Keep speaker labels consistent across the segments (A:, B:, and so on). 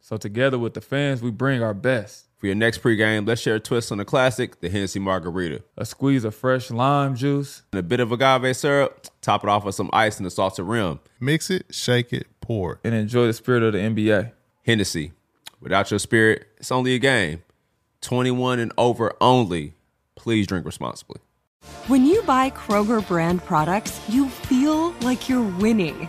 A: So together with the fans, we bring our best.
B: For your next pregame, let's share a twist on the classic, the Hennessy Margarita.
A: A squeeze of fresh lime juice.
B: And a bit of agave syrup, top it off with some ice and a salted rim.
C: Mix it, shake it, pour it.
A: and enjoy the spirit of the NBA.
B: Hennessy, without your spirit, it's only a game. 21 and over only. Please drink responsibly.
D: When you buy Kroger brand products, you feel like you're winning.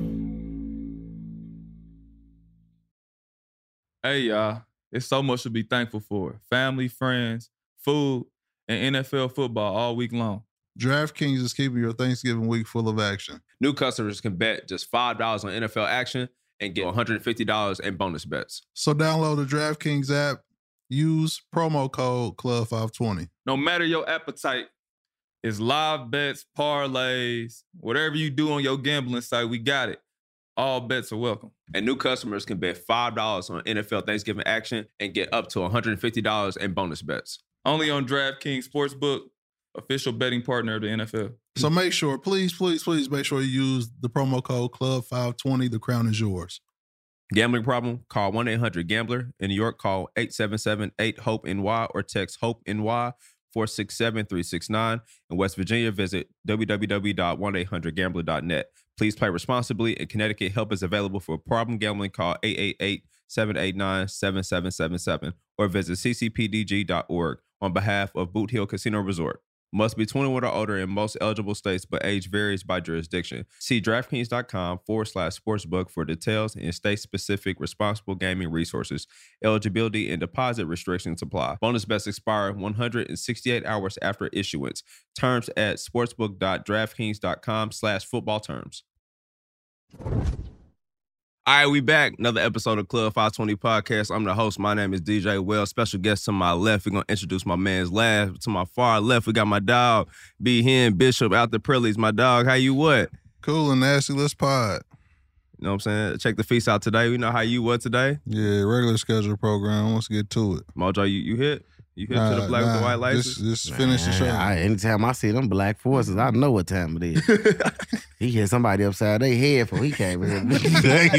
A: Hey y'all, it's so much to be thankful for. Family, friends, food, and NFL football all week long.
C: DraftKings is keeping your Thanksgiving week full of action.
B: New customers can bet just $5 on NFL action and get $150 in bonus bets.
C: So download the DraftKings app, use promo code Club520.
A: No matter your appetite, it's live bets, parlays, whatever you do on your gambling site, we got it. All bets are welcome.
B: And new customers can bet $5 on NFL Thanksgiving action and get up to $150 in bonus bets.
A: Only on DraftKings Sportsbook, official betting partner of the NFL.
C: So make sure, please, please, please make sure you use the promo code Club520. The crown is yours.
B: Gambling problem? Call 1 800 Gambler. In New York, call 877 8 HOPE NY or text HOPE NY 467 369. In West Virginia, visit www.1800gambler.net. Please play responsibly. In Connecticut, help is available for problem gambling. Call 888 789 7777 or visit ccpdg.org on behalf of Boot Hill Casino Resort. Must be 21 or older in most eligible states, but age varies by jurisdiction. See DraftKings.com forward slash sportsbook for details and state specific responsible gaming resources. Eligibility and deposit restrictions apply. Bonus bets expire 168 hours after issuance. Terms at sportsbook.draftkings.com slash football terms. All right, we back. Another episode of Club 520 Podcast. I'm the host. My name is DJ Wells. Special guest to my left. We're gonna introduce my man's last. To my far left, we got my dog, B Hen Bishop out the Prillies. My dog, how you what?
C: Cool and nasty. Let's pod.
B: You know what I'm saying? Check the feast out today. We know how you what today.
C: Yeah, regular schedule program. Let's get to it.
B: Mojo, you, you hit? You hit to the
C: Nah,
B: black with
C: nah,
B: the white
C: just-
B: license?
C: Just finish the show.
E: Man, I, anytime I see them black forces, I know what time it is. he hit somebody upside their head before he came in. hey,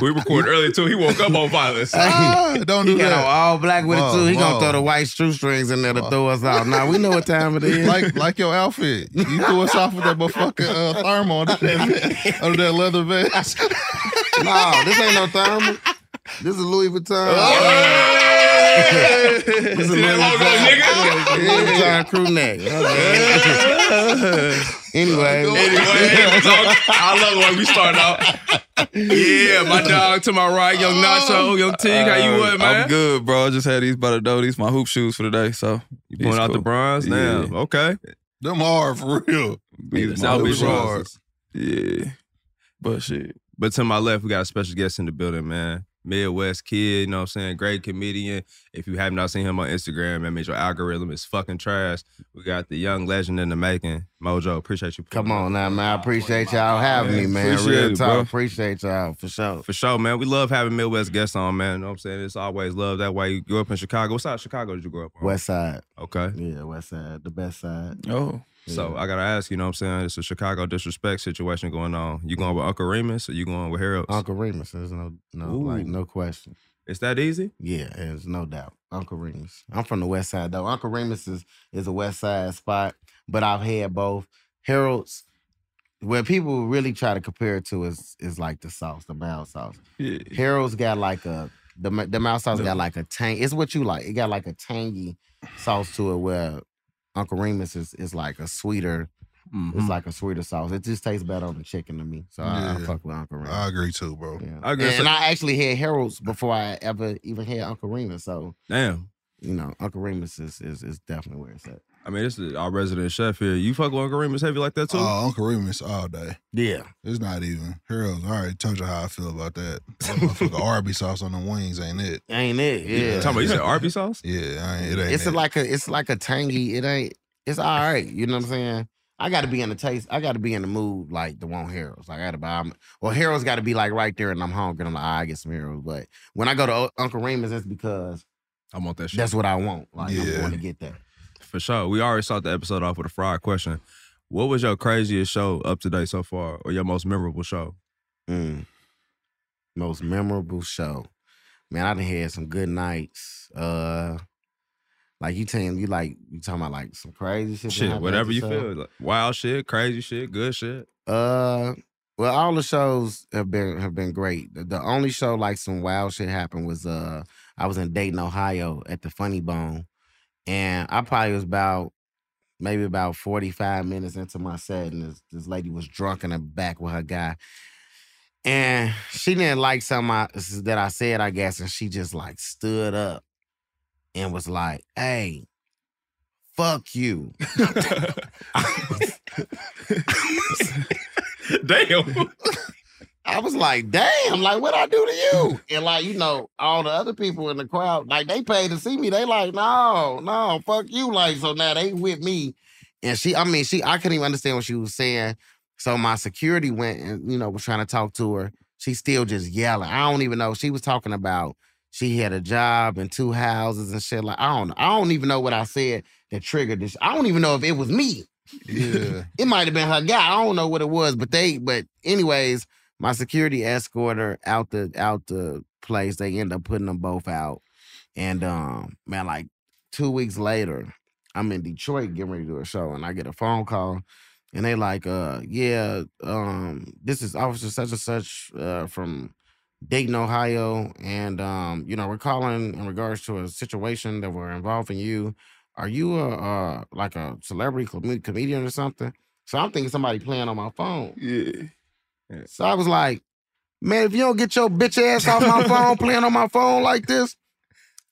B: we recorded earlier too. He woke up on violence.
C: Ah, don't
E: he
C: do
E: got on
C: that.
E: all black with
C: Whoa,
E: it too. He
C: whoa.
E: gonna throw the white shoestrings in there to throw us out. Now we know what time it is.
C: Like like your outfit. You threw us off with that motherfucking uh, thermal under that, under that leather vest.
E: no, this ain't no thermal. This is Louis Vuitton.
C: Oh,
A: Oh.
E: this is Louis
B: oh,
E: Vuitton. Louis Vuitton crew neck. anyway,
B: I love the way we start out. Yeah, my dog to my right, young Nacho, young Tig. How you what, man?
A: Oh. Uh, I'm good, bro. I just had these by the door. These my hoop shoes for today. So
B: You pulling out the bronze now.
A: Yeah.
B: Okay.
C: Them hard for real.
A: These
B: I'll
C: Them
A: my
B: be
A: hoop
C: is
B: sure.
A: shoes.
C: hard.
A: Yeah. But shit.
B: But to my left, we got a special guest in the building, man. Midwest kid, you know what I'm saying? Great comedian. If you have not seen him on Instagram, that means your algorithm is fucking trash. We got the young legend in the making, Mojo. Appreciate you.
E: come on now, man. I appreciate y'all having me, man.
A: Appreciate
E: Real
A: it,
E: talk.
A: bro.
E: Appreciate y'all for sure.
B: For sure, man. We love having Midwest guests on, man. You know what I'm saying? It's always love. That way you grew up in Chicago. What side of Chicago did you grow up on?
E: West side.
B: Okay.
E: Yeah, west side, the best side.
A: Oh.
B: So I gotta ask, you know what I'm saying? It's a Chicago disrespect situation going on. You going with Uncle Remus or you going with Harold?
E: Uncle Remus, there's no no like
B: Ooh.
E: no question.
B: It's that easy?
E: Yeah, there's no doubt. Uncle Remus. I'm from the west side though. Uncle Remus is is a west side spot, but I've had both. Harold's where people really try to compare it to is is like the sauce, the mild sauce.
A: Yeah.
E: Harold's got like a The ma- the mouse sauce
A: The-
E: got like a tang. It's what you like. It got like a tangy sauce to it, where Uncle Remus is is like a sweeter.
B: Mm-hmm.
E: It's like a sweeter sauce. It just tastes better on the chicken to me. So I, I
C: Yeah.
E: fuck with Uncle Remus.
C: I agree too, bro.
E: Yeah.
B: I agree.
E: And,
B: So-
E: I actually had Harold's before I ever even had Uncle Remus. So
B: Damn.
E: you know, Uncle Remus is is, is definitely where it's at.
B: I mean, this is our resident chef here. You fuck with Uncle Remus heavy like that too?
C: Oh, Uncle Remus all day.
E: Yeah.
C: It's not even. Harold, I already told you how I feel about that. That motherfucking Arby sauce on the wings ain't it?
E: Ain't it?
C: Yeah.
E: Yeah.
B: Talking about you said Arby sauce?
C: Yeah, I ain't, it ain't.
E: It's
C: it.
E: a, like a it's like a tangy. It ain't. It's all right. You know what I'm saying? I got to be in the taste. I got to be in the mood like the one Harold's. Like, I got to buy. 'em. Well, Harold's got to be like right there, and I'm hungry. I'm like, "Ah, I get some Harold's. But when I go to O- Uncle Raymond's, that's because
B: I want that shit.
E: that's what I want. Like
C: Yeah.
E: I'm going to get that.
B: For sure. We already start the episode off with a fried question. What was your craziest show up to date so far, or your most memorable show?
E: Mm. Most memorable show. Man, I done had some good nights. Uh like you telling you like you talking about like some crazy shit. that
B: Shit,
E: happened
B: whatever
E: at
B: you
E: the show?
B: feel. Like, wild shit, crazy shit, good shit.
E: Uh well, all the shows have been have been great. The- The only show like some wild shit happened was uh I was in Dayton, Ohio at the Funny Bone. And I probably was about maybe about 45 minutes into my set, and this, this lady was drunk in the back with her guy. And she didn't like something I, that I said, I guess, and she just like stood up and was like, hey, fuck you.
B: Damn.
E: I was like, damn, like what I do to you? And like, you know, all the other people in the crowd, like they paid to see me. They like, no, no, fuck you. Like, so now they with me. And she, I mean, she I couldn't even understand what she was saying. So my security went and, you know, was trying to talk to her. She still just yelling. I don't even know. She was talking about she had a job and two houses and shit. Like, I don't I don't even know what I said that triggered this. I don't even know if it was me
C: yeah.
E: it might have been her guy. I don't know what it was, but they but anyways, my security escorted her out the out the place. They end up putting them both out. And um, man, like two weeks later, I'm in Detroit getting ready to do a show, and I get a phone call, and they like, uh, yeah, um, this is Officer such and such uh, from Dayton, Ohio, and um, you know, we're calling in regards to a situation that we're involving you. Are you a uh, like a celebrity com- comedian or something? So I'm thinking somebody playing on my phone.
A: Yeah.
E: So I was like, man, if you don't get your bitch ass off my phone, playing on my phone like this,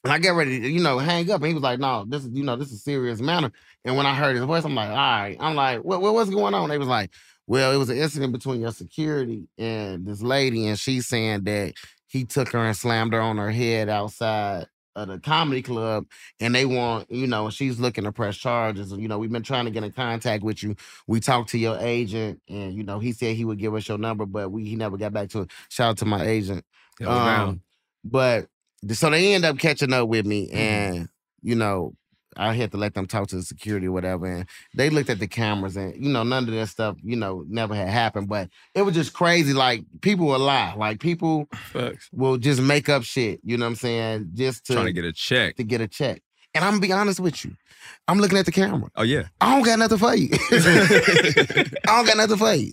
E: and I get ready to, you know, hang up. And he was like, no, this is, you know, this is serious matter. And when I heard his voice, I'm like, all right. I'm like, what, what what's going on? They was like, well, it was an incident between your security and this lady, and she's saying that he took her and slammed her on her head outside of the comedy club, and they want, you know, she's looking to press charges. And, you know, we've been trying to get in contact with you we talked to your agent and you know he said he would give us your number but we he never got back to us shout out to my agent um, but so they end up catching up with me
B: Mm-hmm.
E: and you know i had to let them talk to the security or whatever and they looked at the cameras and you know none of that stuff you know never had happened but it was just crazy like people will lie like people
A: Facts.
E: will just make up shit you know what i'm saying just to,
B: Trying to get a check.
E: to get a check and i'm gonna be honest with you i'm looking at the camera
B: Oh yeah.
E: i don't got nothing for you I don't got nothing for you.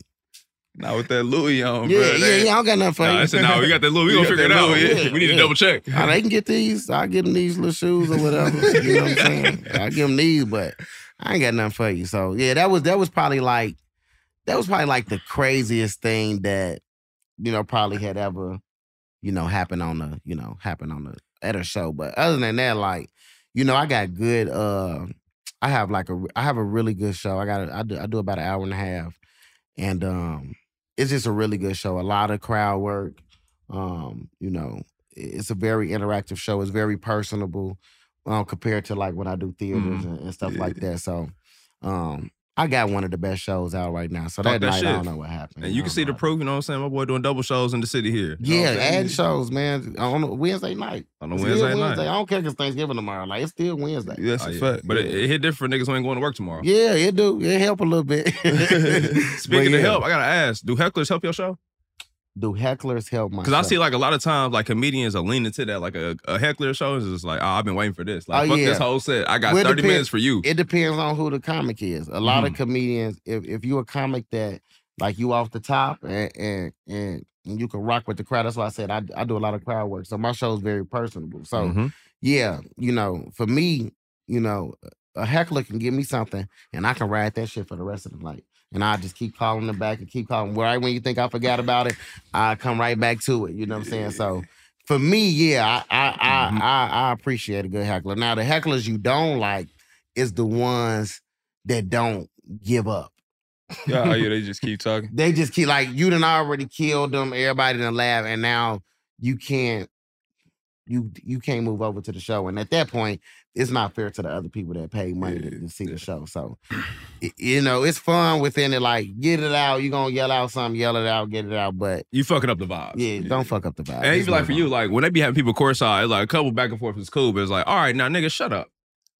A: Not with that Louis on,
E: yeah,
A: bro.
E: yeah, yeah. I don't got nothing for
B: Oh, Nah, I
E: you.
B: said, nah, we got that little. We, gonna
A: got
B: figure it
A: that
B: out.
A: little,
B: Yeah.
E: yeah,
B: We need to
E: yeah.
B: double check.
E: Ah, they can get these. I give them these little shoes or whatever. you know what I'm saying? I give them these, but I ain't got nothing for you. So yeah, that was that was probably like that was probably like the craziest thing that you know probably had ever you know happened on the you know happened on the at a show. But other than that, like you know, I got good. uh I have like a I have a really good show. I got a, I do I do about an hour and a half, and um it's just a really good show. A lot of crowd work. Um, you know, it's a very interactive show. It's very personable um, compared to like when I do theaters
B: Mm-hmm.
A: Mhm.
E: and, and stuff like that. So, um, I got one of the best shows out right now. So that,
B: Talk that
E: night, I
B: shit.
E: don't know what happened.
B: And you
E: I
B: can
E: don't
B: see the
E: know.
B: proof, you know what I'm saying? My boy doing double shows in the city here. You
E: Yeah,
B: know what I'm saying?
E: ad shows, man. On a Wednesday night.
B: On a
E: It's
B: Wednesday,
E: still
B: night.
E: I don't care because Thanksgiving tomorrow. Like it's still Wednesday. Yeah,
A: That's
B: Oh,
A: a
B: yeah.
A: fact.
B: But it, it hit different niggas who ain't going to work tomorrow.
E: it do. It help a little bit.
B: Speaking
E: But
B: of
E: yeah,
B: help, I gotta ask: Do hecklers help your show?
E: do hecklers help my?
B: Because I
E: show?
B: see like a lot of times like comedians are leaning to that. Like a, a heckler show is just like, oh, I've been waiting for this. Like
E: Oh,
B: fuck
E: yeah.
B: this whole set. I got
E: Well, it
B: thirty
E: depend-
B: minutes for you. Mm-hmm.
E: It depends on who the comic is. A lot of comedians, if, if you a comic that like you off the top and and and, and you can rock with the crowd. That's why I said I, I do a lot of crowd work. So my show's very personable. So
B: Mhm.
E: yeah, you know, for me, you know, a heckler can give me something and I can ride that shit for the rest of the night. And I just keep calling them back and keep calling. Right when you think I forgot about it, I come right back to it. You know what I'm saying? So for me, yeah, I I I,
B: Mhm.
E: I, I appreciate a good heckler. Now the hecklers you don't like is the ones that don't give up.
A: Yeah, oh, yeah, they just keep talking.
E: They just keep like you done already killed them, everybody done laughed, and now you can't you you can't move over to the show. And at that point, it's not fair to the other people that paid money to, to see the show. So y- you know, it's fun within it, like get it out, you gonna yell out something, yell it out, get it out. But
B: You fucking up the vibe.
E: yeah, don't fuck up the vibe.
B: And
E: It's
B: even like
E: no
B: for
E: fun.
B: you, like when they be having people course side, like a couple back and forth is cool, but it's like, all right, now nigga, shut up.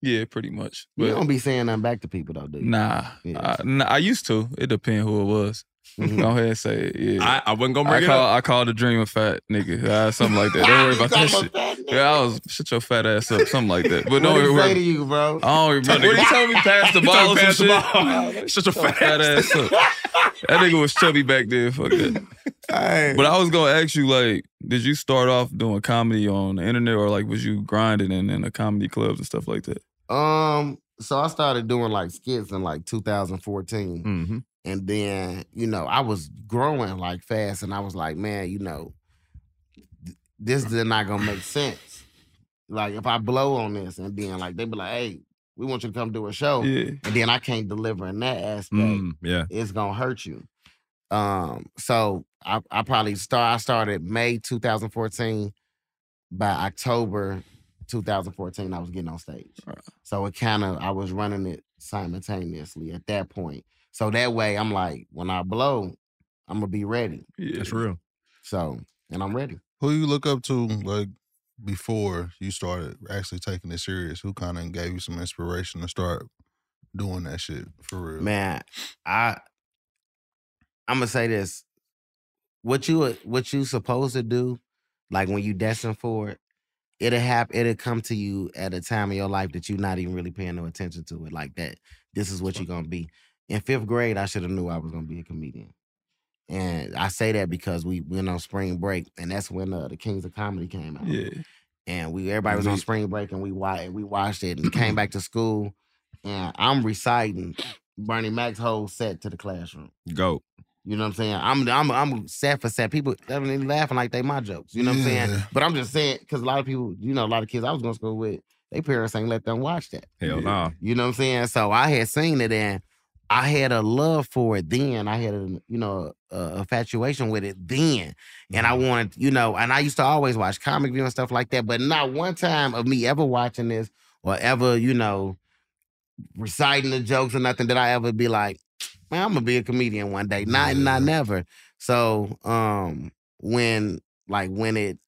A: Yeah, pretty much.
E: you don't
A: But
E: be saying nothing back to people though, do you?
A: nah,
E: Yeah.
A: I, nah, I used to. It depends who it was.
E: Mhm.
A: Go ahead and say it. Yeah.
B: I, I wasn't gonna
A: I,
B: bring it
A: call
B: up.
A: I called a dream a fat nigga. Uh, something like that. Don't worry about that shit. Yeah, I was shut your fat ass up, something like that. But
E: What
A: don't
E: do
A: worry.
E: you say to
A: worry-
E: you, bro?
B: Uh,
A: I don't remember. What
B: What he
A: you told me pass the
B: He told
A: ball
B: me
A: or some
B: pass the
A: shit.
B: ball. Shut your fat ass
A: up. That nigga was chubby back then. Fuck that. But I was gonna ask you, like, did you start off doing comedy on the internet, or like, was you grinding in, in the comedy clubs and stuff like that?
E: Um, so I started doing like skits in like 2014.
B: Mm-hmm.
E: And then, you know, I was growing like fast and I was like, man, you know, th- this is not gonna make sense. Like if I blow on this and then like they be like, hey, we want you to come do a show.
A: Yeah.
E: And then I can't deliver in that
B: Mm.
E: aspect,
B: yeah.
E: it's gonna hurt you. Um, so I, I probably start I started May 2014. By October 2014, I was getting on stage.
A: Right.
E: So it kind of I was running it simultaneously at that point. So that way, I'm like, when I blow, I'm gonna be ready.
A: Yeah.
B: That's real.
E: So, and I'm ready.
C: Who you look up to like before you started actually taking it serious? Who kind of gave you some inspiration to start doing that shit for real?
E: Man, I I'm gonna say this: what you uh, what you supposed to do, like when you destined for it, it'll happen. It'll come to you at a time in your life that you're not even really paying no attention to it. Like that, this is what you're gonna be. In fifth grade, I should have knew I was gonna be a comedian. And I say that because we went on spring break, and that's when uh, the Kings of Comedy came out.
A: Yeah.
E: and we everybody was on
C: Mhm.
E: spring break and we watched we watched it and came back to school and I'm reciting Bernie Mac's whole set to the classroom.
B: Go.
E: You know what I'm saying? I'm I'm I'm set for set. People they don't even laughing like they my jokes. You know what I'm saying?
C: Yeah.
E: But I'm just saying because a lot of people, you know, a lot of kids I was going to school with, they parents ain't let them watch that.
B: Hell
A: Yeah.
B: nah.
E: You know what I'm saying? So I had seen it and I had a love for it then. I had a you know a infatuation with it then, and I wanted you know, and I used to always watch comic view and stuff like that. But not one time of me ever watching this or ever you know reciting the jokes or nothing did I ever be like, man, I'm gonna be a comedian one day. Not not
C: Yeah.
E: never. So um when like when it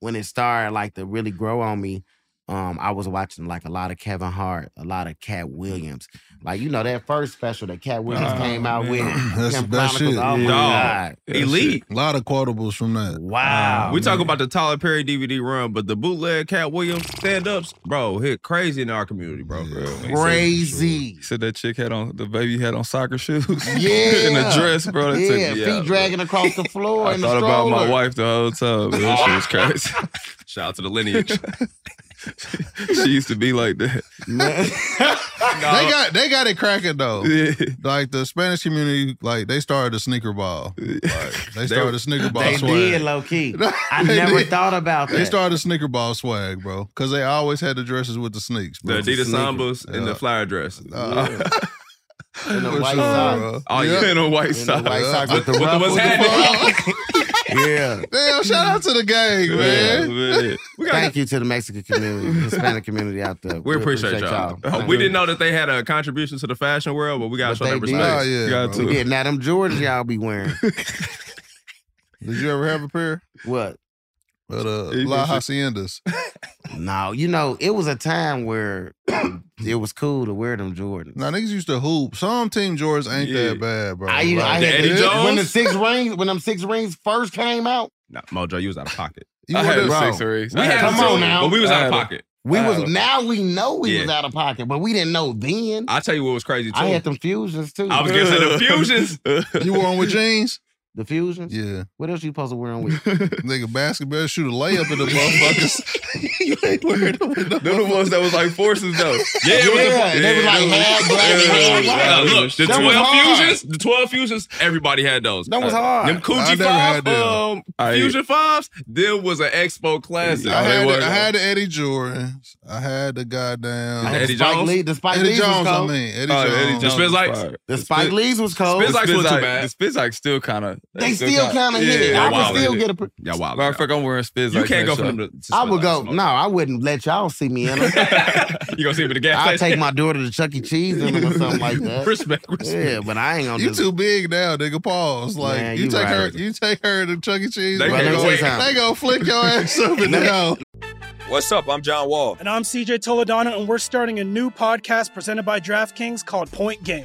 E: when it started like to really grow on me, um, I was watching like a lot of Kevin Hart, a lot of Cat Williams. Like, you know, that first special that Cat Williams
A: Oh,
E: came out
A: man.
E: with.
C: That's
E: Kim
C: the best
E: Chronicles,
C: shit.
E: Oh my
B: Yeah.
E: God.
A: Yeah,
B: Elite.
C: A lot of quotables from that.
E: Wow.
B: we
A: man.
B: talk about the Tyler Perry DVD run, but the bootleg Cat Williams stand ups, bro, hit crazy in our community, bro.
C: Yeah.
A: He said-
E: Crazy.
A: He said that chick had on the baby had on soccer shoes. in
E: Yeah.
A: a dress, bro. That
E: Yeah,
A: took me
E: feet
A: out, bro.
E: dragging across the floor
A: I
E: in
A: thought
E: the
A: about
E: stroller.
A: my wife the whole time. Man. That shit was crazy.
B: Shout out to the lineage.
A: she used to be like that.
E: Man.
C: They got they got it cracking though.
A: Yeah.
C: Like the Spanish community, like they started a sneaker ball. Like, they started a sneaker ball
E: they
C: swag.
E: did low key. I
C: They
E: never
C: did.
E: thought about
C: They
E: that.
C: started a sneaker ball swag, bro, because they always had the dresses with the sneaks.
B: The
C: Bro.
B: Adidas Sambas and
C: Yeah.
B: the flower dress.
C: Uh,
E: In the
C: for
E: white
C: sure,
E: socks.
C: bro.
B: Oh, yeah.
A: In a white
E: In the
A: sock.
E: white
C: Yeah.
E: socks with the
B: With the-
E: ruffles.
B: what's happening?
E: yeah.
C: Damn! Shout out to the gang,
A: Yeah,
C: man.
A: man.
B: We got
E: Thank you to the Mexican community, Hispanic community out there.
B: We appreciate, y'all. Uh,
E: Thank
B: We
E: you.
B: didn't know that they had a contribution to the fashion world, but we
E: But
B: gotta show
E: they
B: that
E: did.
B: respect.
C: Oh
A: You
C: yeah.
A: got
C: Bro.
A: to.
E: We did. Now them Jordans y'all be wearing.
C: Did you ever have a pair?
E: What?
C: But uh,
A: You
C: La
A: can see-
C: Haciendas.
E: No, you know, it was a time where it was cool to wear them Jordans.
C: Now niggas used to hoop. Some team Jordans ain't
A: Yeah.
C: that bad, bro.
E: I, used- I
C: Like,
E: had
B: Eddie
E: the-
B: Jones?
E: when the six rings when them six rings first came out.
B: Nah, Mojo, you was out of pocket.
C: you
A: I
C: wore
A: had
C: them-
E: bro.
A: six or eight.
B: We had
E: Come
B: the
E: on
B: two,
E: now.
B: but we was
A: I
B: out
A: had
B: of
A: a-
B: pocket.
E: We
B: Out
E: was
B: of-
E: now we know we was
B: Oh. Yeah.
E: out of pocket, but we didn't know then. I,
B: I'll tell you what was crazy too.
E: had them fusions too.
B: I was gonna say the fusions.
C: You were on with jeans?
E: the fusions.
C: Yeah.
E: What else you supposed to wear on with?
C: Nigga, basketball shoot a layup in the motherfuckers. you ain't wearing them with no
A: They're the ones that was like forces though.
B: Yeah, it was a-
E: Yeah, they was like
B: it
E: half black,
B: it
E: half white.
B: Yeah, Look, the
E: That was
B: twelve
E: hard.
B: fusions, the twelve fusions, everybody had those.
E: That was hard.
B: Uh, Them
C: I
B: Coochie
C: never
B: Five,
C: had them.
B: um,
A: I-
B: Fusion Fives, them was an expo classic.
C: I
B: They
C: had,
B: were-
C: the, I had the Eddie Jordans. I had the goddamn
E: I had
B: Eddie
E: the Spike
B: Jones?
E: Lee, the Spike
C: Eddie
E: Lee's was
C: Jones. I
E: cold.
C: mean Eddie
A: Oh,
C: Jones.
A: Eddie
B: The
A: Jones.
B: Spitz
A: was
B: Lights?
A: fire.
E: The Spike Lee's was cold.
B: Spitz
A: The
B: Lights
A: Spitz
B: wasn't too
A: Lights-
B: bad.
A: The Spitz like still kind of.
E: They still kind of hit it.
B: yeah,
E: I
B: wow,
E: would still
B: they
E: get a. pr-
B: Y'all wild.
A: Matter of fact, I'm wearing Spitz.
B: you
A: like
B: can't go
A: that shop.
B: from them. to- to
E: I would
B: Spitz
E: go.
B: Lights,
E: No, I wouldn't let y'all see me in them.
B: you gonna see him at the gas
E: I'll
B: station?
E: take my daughter to Chuck E. Cheese in them or something like that.
B: respect. respect.
E: Yeah, but I ain't gonna.
C: You
E: just-
C: too big now, nigga. Pause. Like
E: Man,
C: you,
E: you
C: take
E: right.
C: her, you take her to Chuck E. Cheese.
B: They
C: They,
B: can't
C: gonna,
B: wait.
C: they gonna flick your ass up in the nose.
F: What's up? I'm John Wall.
G: And I'm CJ Toledano, and we're starting a new podcast presented by DraftKings called Point Game.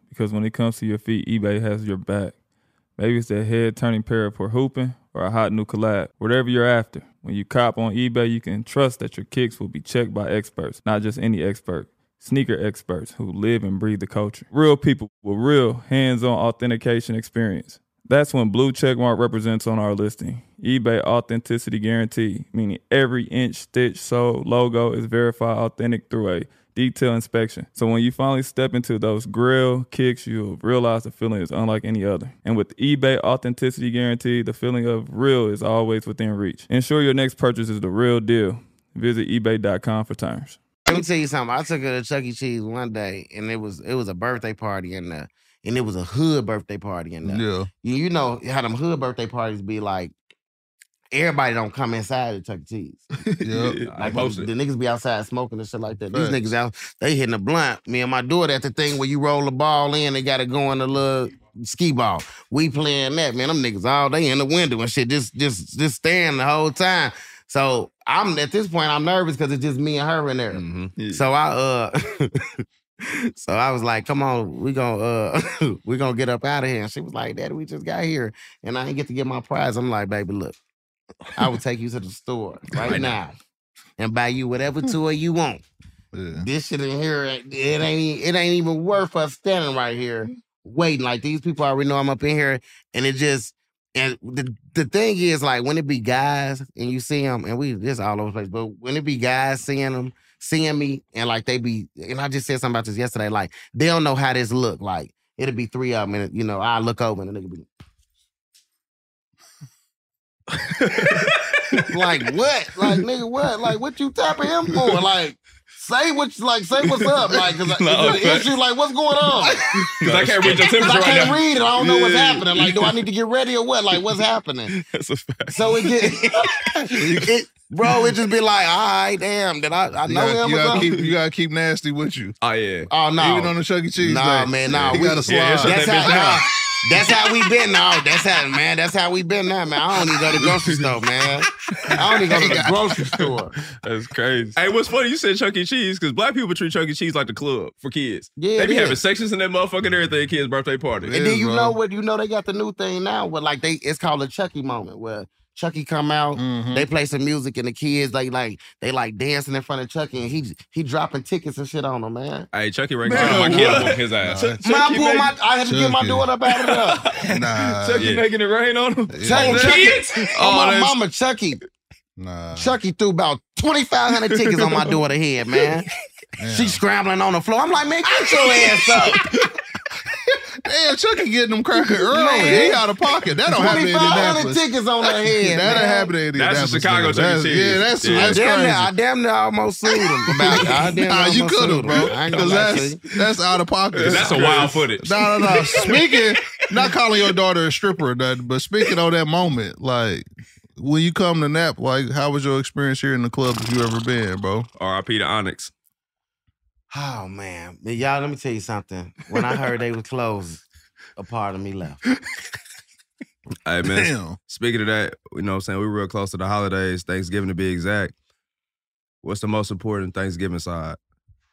A: because when it comes to your feet, eBay has your back. Maybe it's that head turning pair for hooping or a hot new collab. Whatever you're after, when you cop on eBay, you can trust that your kicks will be checked by experts, not just any expert. Sneaker experts who live and breathe the culture. Real people with real hands-on authentication experience. That's when blue checkmark represents on our listing. eBay authenticity guarantee, meaning every inch, stitch, sole, logo is verified authentic through a detailed inspection. So when you finally step into those grill kicks, you'll realize the feeling is unlike any other. And with eBay authenticity guarantee, the feeling of real is always within reach. Ensure your next purchase is the real deal. Visit eBay.com for terms.
E: Let me tell you something. I took her to Chuck E. Cheese one day, and it was it was a birthday party in there, and it was a hood birthday party in there.
C: Yeah.
E: You, you know how them hood birthday parties be like. Everybody don't come inside at Chuck E. Cheese.
C: Yep.
B: I
E: Like
B: posted.
E: the niggas be outside smoking and shit like that. These
C: Facts.
E: niggas out, they hitting a blunt. Me and my daughter at the thing where you roll the ball in, they got to go in the little ski ball. We playing that, man. Them niggas all day in the window and shit, just just just staring the whole time. So I'm at this point, I'm nervous because it's just me and her in there. So I uh so I was like, come on, we gonna uh we gonna get up out of here. And she was like, Daddy, we just got here and I ain't get to get my prize. I'm like, baby, look, I will take you to the store right,
B: Right now.
E: now and buy you whatever toy you want.
C: Yeah.
E: This shit in here, it ain't e, it ain't even worth us standing right here waiting. Like these people already know I'm up in here, and it just And the the thing is, like when it be guys and you see them, and we this all over the place, but when it be guys seeing them, seeing me, and like they be, and I just said something about this yesterday, like they don't know how this look. Like it'll be three of them, and you know I look over and the nigga be. like what? Like nigga, what? Like what you tapping him for? Like say what? Like say what's up? Like 'cause, like,
A: No,
E: is it an
A: but-
E: issue? Like what's going on?
A: Because I can't read your temperature
E: I
A: right
E: can't
A: now.
E: read it. I don't know what's
A: Yeah.
E: happening. Like, do I need to get ready or what? Like, what's happening?
A: That's a fact.
E: So it get, it, bro. It just be like, all right, damn. Did I? I
C: You
E: know
C: gotta,
E: him.
C: you
E: or
C: gotta
E: something?
C: keep you gotta keep nasty with you.
B: Oh yeah.
E: Oh no.
C: Even on the Chuck E. Cheese.
E: Nah,
C: thing.
E: man, nah.
C: You
E: we,
C: gotta slide.
E: that's, how, nah, that's how we been now. That's how, man. That's how we been now, man. I don't even go to the grocery store, man. I don't even go to the grocery store.
A: That's crazy.
B: Hey, what's funny? You said Chuck E. Cheese because black people treat Chuck E. Cheese like the club for kids.
E: Yeah,
B: they be
E: it
B: having
E: is.
B: sections in that motherfucking everything kids' birthday party.
E: And then you know what? You know they got the new thing now where like they it's called a Chucky moment where Chucky come out,
C: Mm-hmm.
E: they play some music and the kids like like they like dancing in front of Chucky and he he dropping tickets and shit on them, man.
B: Hey, Chucky right
E: Man,
B: now, my kid
E: what?
B: whooped his ass. E.
E: Nah, Man, I pulled my I had to get my
C: Chucky.
E: daughter up out of there.
C: Nah.
E: E.
A: Chucky making it rain on him.
E: Chucky, Chucky,
A: Oh,
E: on my
A: that's-
E: mama, Chucky. Nah. Chucky threw about 2,500 tickets on my daughter head, man. She scrambling on the floor. I'm like, man, get your ass up.
C: Damn, Chucky getting them cracking early.
E: Man.
C: He out of pocket. That don't happen in
E: 2,500
C: Indianapolis.
E: tickets on her head.
C: That
E: man.
C: don't happen in Indianapolis.
B: That's a Chicago Chuck E.
C: That's-
B: Cheese.
C: Yeah, that's that's
E: I damn
C: crazy.
E: Near, I damn near almost sued him. About, it. I damn
C: nah,
E: near
C: you
E: almost
C: could have,
E: sued him.
C: bro.
E: I ain't gonna
C: Because
E: lie to
C: that's
E: you.
C: that's out of pocket.
B: That's a wild footage.
C: No, no, no. Speaking, not calling your daughter a stripper or nothing, but speaking on that moment, like when you come to nap, like how was your experience here in the club if you ever been, bro?
B: R.I.P. to Onyx.
E: Oh man, Man, y'all, let me tell you something. When I heard they was closed, a part of me left.
B: Hey man.
C: Damn.
B: Speaking of that, you know what I'm saying? We're real close to the holidays, Thanksgiving to be exact. What's the most important Thanksgiving side?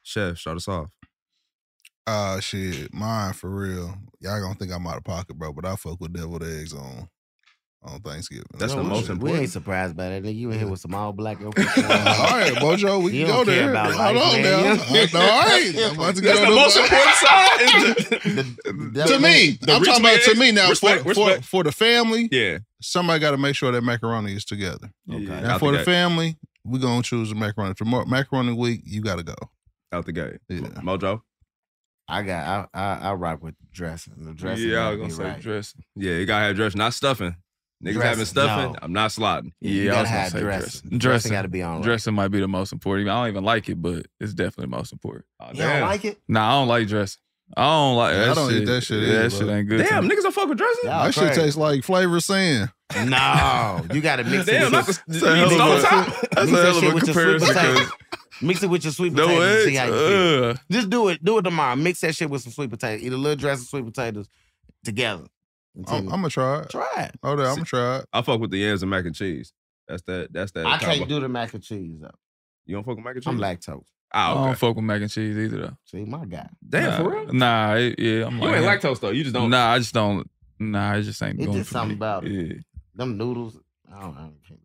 B: Chef, start us off.
C: Uh shit, mine for real. Y'all gonna think I'm out of pocket, bro, but I fuck with deviled eggs on on Thanksgiving.
B: That's
E: No,
B: the
E: we-
B: most
E: We ain't
B: important.
E: surprised by that. Nigga, you in here with some all black. All
C: All
E: right,
C: right, Bojo, we
E: You
C: can
E: don't
C: go
E: care
C: there.
E: about
C: Hold
E: life,
C: on
E: man.
C: now.
E: You-
C: All right, I'm about to get
B: That's
C: on
B: the most
C: those-
B: important side. is the-
C: to me, I'm talking about to me now.
B: Respect,
C: for, for,
B: respect.
C: for the family,
B: yeah.
C: somebody got to make sure that macaroni is together.
B: Okay.
C: And for the family, we gonna choose the macaroni. Tomorrow, macaroni week, you gotta go.
B: Out the gate.
C: Yeah.
A: Oh,
B: Mojo.
E: I got. I, I I rock with the dressing. The dressing.
A: yeah, I
E: gotta
A: was gonna
E: be
A: say
E: right.
A: dressing.
B: Yeah, you gotta have dressing, not stuffing. Niggas
E: Dressing,
B: having stuffing.
E: no.
B: I'm not slotting.
E: Yeah, you
A: Yeah,
E: gotta
A: I was gonna
E: have
A: say
E: dressing.
A: dressing.
E: Dressing
A: Dressing.
E: gotta be on. Right.
A: Dressing might be the most important. I don't even like it, but it's definitely the most important.
B: Oh,
E: You don't
B: damn.
E: like it?
A: Nah, I don't like dressing. I don't like
C: Yeah, I
A: that
C: don't
A: shit.
C: eat that shit
A: Yeah,
C: either,
A: that
C: bro.
A: shit ain't good. to
B: Damn,
A: me.
B: niggas don't fuck with dressing?
E: Y'all
C: that shit
E: crazy.
C: tastes like flavor sand.
E: No, you gotta mix it.
B: Damn,
E: with
B: not
E: your-
B: the
A: That's a hell
B: you eat
A: of a-
B: on top.
A: that's
E: mix
A: a
E: that
A: hell
E: shit
A: of a
E: with your sweet
A: comparison.
E: potato.
A: 'cause
E: Mix it with your sweet potatoes.
A: No Uh.
E: and see
A: eggs.
E: how you feel.
A: Ugh.
E: Just do it. Do it tomorrow. Mix that shit with some sweet potatoes. Eat a little dressing, sweet potatoes together. And tell
C: I'm,
E: me-
C: I'm gonna try it.
E: try it.
C: Oh, I'm gonna try it.
B: I fuck with the yams and mac and cheese. That's that. That's that.
E: I
B: combo.
E: can't do the mac and cheese though.
B: You don't fuck with mac and cheese.
E: I'm lactose.
A: I
B: oh,
A: don't
B: okay.
A: fuck with mac and cheese either though.
E: See, my guy.
B: Damn,
A: nah,
B: for real.
A: Nah, it- yeah, I'm
B: You
A: like,
B: ain't lactose though. You just don't.
A: nah, I just don't. Nah, I just ain't
E: It
A: going
E: just
A: for
E: something
A: me.
E: about it.
A: Yeah,
E: Them noodles. I don't, I don't care.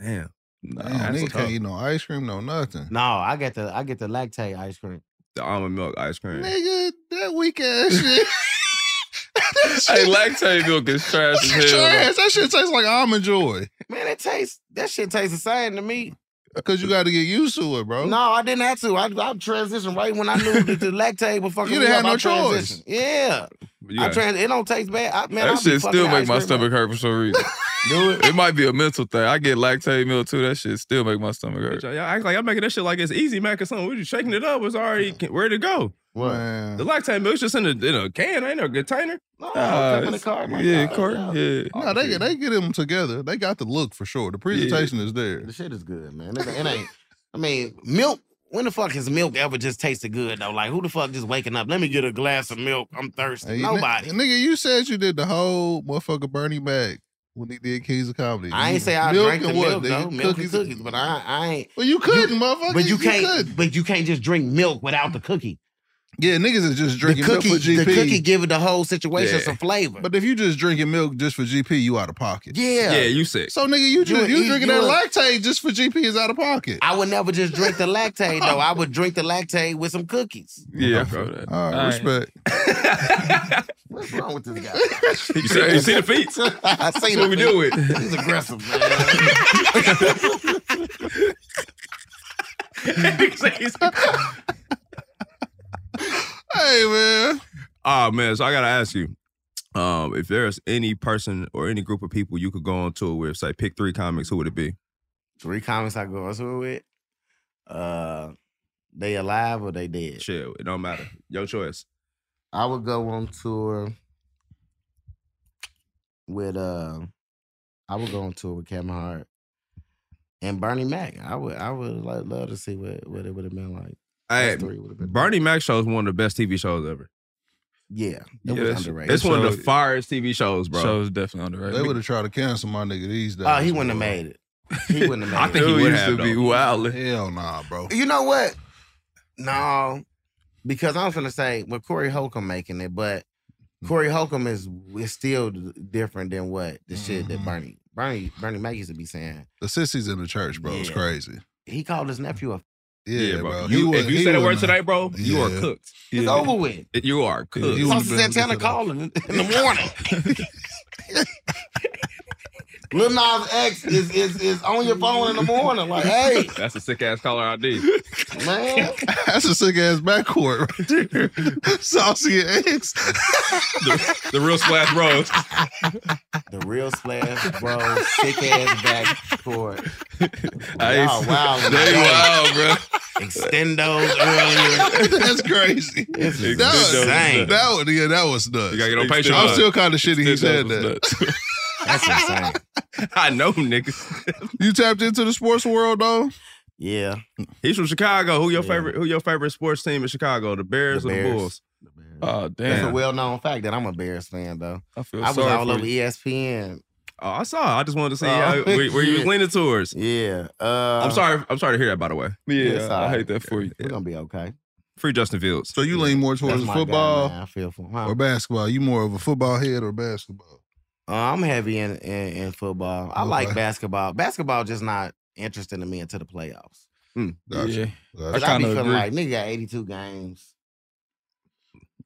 B: Damn.
A: nah,
C: Damn,
A: I'm-
C: nigga can't eat no ice cream, no nothing.
E: No, I get the I get the lactate ice cream.
B: The almond milk ice cream.
C: Nigga, that weak ass shit. that
A: Hey,
C: shit
A: lactate milk is trash as hell.
C: trash. That shit tastes like almond joy.
E: Man, it tastes that shit tastes the same to me.
C: Cause you got to get used to it, bro.
E: No, I didn't have to. I, I transitioned right when I knew that the lactate was fucking.
C: You didn't
E: me up,
C: have
E: I
C: no choice.
E: transitioned. Yeah,
B: You
E: I
B: got-
E: trans. It don't taste bad. I, man, I
A: that
E: be
A: shit
E: fucking
A: still
E: ice
A: make my
E: cream up.
A: stomach hurt for some reason.
E: Do it.
A: it might be a mental thing. I get lactate milk too. That shit still make my stomach
B: Bitch,
A: hurt.
B: Y'all act like I'm making that shit like it's easy mac or something. We just shaking it up. It's already ca- ready to go.
E: What?
C: Man.
B: The lactate milk's just in a, in a can, ain't no container.
E: No,
A: Nah,
E: come in the
A: it's-
E: car. Oh my
A: yeah,
E: God,
A: Carter.
E: yeah.
A: Yeah.
C: No, they get they get them together. They got the look for sure. The presentation is there.
E: The shit is good, man. It, it ain't. I mean, milk. When the fuck has milk ever just tasted good though? Like, who the fuck just waking up? Let me get a glass of milk. I'm thirsty.
C: Hey, ni-
E: Nobody.
C: nigga, you said you did the whole motherfucker Bernie Mac when he did Kings of Comedy.
E: I
C: You-
E: ain't say I drank the
C: and what,
E: milk
C: nigga?
E: though. Milk and cookies, but I, I ain't.
C: Well, you couldn't, motherfucker.
E: But you
C: couldn't.
E: can't. But you can't just drink milk without the cookie.
C: Yeah, niggas is just drinking
E: cookie-
C: milk for
E: the
C: GP.
E: cookie give the whole situation some flavor.
C: But if you just drinking milk just for GP, you out of pocket.
E: Yeah. Yeah, you
B: sick.
C: So nigga, you just,
E: would
C: you,
E: eat-
C: drinking
E: you
C: that
E: would-
C: lactate just for GP is out of pocket.
E: I would never just drink the lactate though. I would drink the lactate with some cookies.
B: Yeah, bro. All right,
C: All right. respect.
E: What's wrong with this guy?
B: You see, you see the feet.
E: I
B: That's
E: seen
B: what we
E: him.
B: do with.
E: He's aggressive, man.
C: hey man.
B: Oh man, so I gotta ask you, um, if there's any person or any group of people you could go on tour with, say pick three comics, who would it be?
E: Three comics I go on tour with. Uh, they alive or they dead?
B: Chill, it don't matter. Your choice.
E: I would go on tour with uh I would go on tour with Kevin Hart and Bernie Mac. I would I would like love to see what, what it would have been like.
B: Hey,
E: Those three would've been-
B: Bernie Mac show is one of the best TV shows ever.
E: Yeah.
B: Yeah,
E: It was
B: it's,
E: underrated.
B: it's one of the firest TV shows, bro.
A: Show's definitely underrated.
C: They would have tried to cancel my nigga these days.
E: Oh, he wouldn't have made it. He wouldn't have made
B: I
E: it.
B: think he
C: Dude
B: would
C: used
B: have
C: to be
B: though. wild.
C: Hell nah, bro.
E: You know what? No, because I was gonna say with Corey Holcomb making it, but Corey Holcomb is is still different than what the shit
C: Mm-hmm.
E: that Bernie Bernie Bernie Mac used to be saying.
C: The sissies in the church, bro. It's
E: Yeah.
C: crazy.
E: He called his nephew a.
C: Yeah, bro. He
B: You,
C: would-
B: if you
C: he
B: say the word
C: wouldn't
B: today,
C: have-
B: bro, you are
C: Yeah.
B: cooked.
E: It's over with.
B: You are cooked.
C: He
E: Saucy
C: would've been-
E: Santana calling in the morning. Lil Nas X is, is is on your phone in the morning, like, hey
B: That's a sick ass caller ID.
E: man,
C: That's a sick ass backcourt right there. Saucy and eggs.
B: the, the real splash rose.
E: the real splash, bro, sick ass back court. Wow, wow,
B: They wild, bro.
E: extendos earlier.
C: That's crazy.
E: This is
C: That was,
E: insane.
C: that was yeah, that was nuts.
B: You gotta get on
C: I'm
B: Patreon.
C: still kind of shitty he said that.
E: That's insane.
B: I know, niggas.
C: You tapped into the sports world though.
E: Yeah.
B: He's from Chicago. Who your
E: Yeah.
B: favorite? Who your favorite sports team in Chicago? The Bears,
E: The
B: or the
E: Bears.
B: Bulls?
A: Oh
E: That's a
A: damn!
E: well known fact that I'm a Bears fan though.
A: I feel
E: I was
A: sorry
E: all
A: for
E: over E
A: you.
E: ESPN.
B: Oh, I saw. I just wanted to see
E: Oh,
B: how- where, where you was
E: yeah.
B: leaning towards.
E: Yeah. Uh,
B: I'm sorry. I'm sorry to hear that. By the way,
A: Yeah,
E: Yes,
A: I,
E: I-
A: hate that for you.
E: We're gonna be okay.
B: free Justin Fields.
C: So you lean more
E: That's
C: towards
E: my guy,
C: football
E: man. I feel for him.
C: or basketball. You more of a football head or basketball?
E: Uh, I'm heavy in, in, in football. I
C: Okay.
E: like basketball. Basketball just not interesting to me until the playoffs.
C: Gotcha.
A: Yeah,
C: Gotcha.
E: Cause
A: I
E: I, be
A: kinda
E: feeling
A: agree.
E: like nigga got 82 games.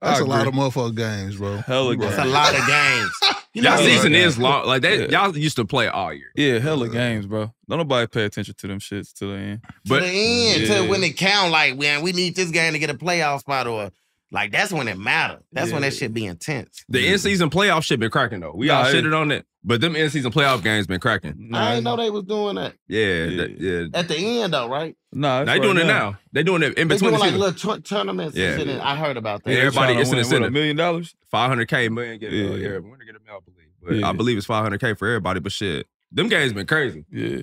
C: That's
A: I
C: a lot of
A: agree.
C: motherfucking games, bro.
A: hella
C: Right.
E: That's
A: games.
E: a lot of games. You
B: Y'all
E: know,
A: Yeah.
B: season is
A: Yeah.
B: long. Like that.
A: Yeah.
B: Y'all used to play all year.
A: Yeah, hella games, bro. Don't nobody pay attention to them shits to the end.
E: to
B: But
E: the end,
A: Yeah.
E: to when it count, like man, we need this game to get a playoff spot, or like that's when it matter. That's when
A: Yeah.
E: that shit be intense.
B: the in season playoff shit been cracking though. We all
A: Nah, it-
B: shitted on it, but them in season playoff games been cracking.
E: I didn't know they was doing that
B: Yeah, that- yeah.
E: at the end though, right?
A: Nah, it's
B: They
A: right
B: doing it now. They doing it in
E: They
B: between
E: doing
B: the
E: like
B: season.
E: little tour- tournaments
B: Yeah.
E: and shit. And I heard about that.
B: Yeah, everybody-
A: Tryna
B: it's an
A: win, what,
B: incentive.
A: a million dollars.
B: 500K million get uh, yeah.
A: Yeah.
B: yeah, winner get a mail, I believe. But
A: Yeah.
B: I believe it's 500K for everybody. But shit, them games been crazy,
A: Yeah,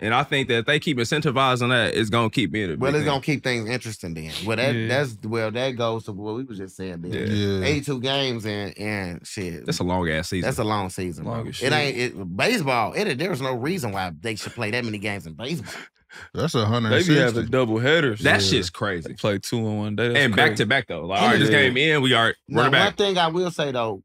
B: and I think that if they keep incentivizing that, it's gonna keep me.
E: Well, it's gonna keep things interesting then. Well, that
A: Yeah.
E: that's well that goes to what we was just saying. Then.
C: Yeah.
E: 82 games and and shit.
B: That's a long ass season.
E: That's a long season. bro.
A: Long as shit.
E: It ain't it, baseball. It there's no reason why they should play that many games in baseball.
C: That's a
A: they be
C: 160.
A: having double headers.
B: that
A: Yeah.
B: shit's crazy.
A: They play two in one day. That's
B: and back
A: crazy.
B: to back though. Like, all right, this
A: Yeah.
B: game in, we are
E: Now,
B: running
E: one
B: back.
E: thing I will say though,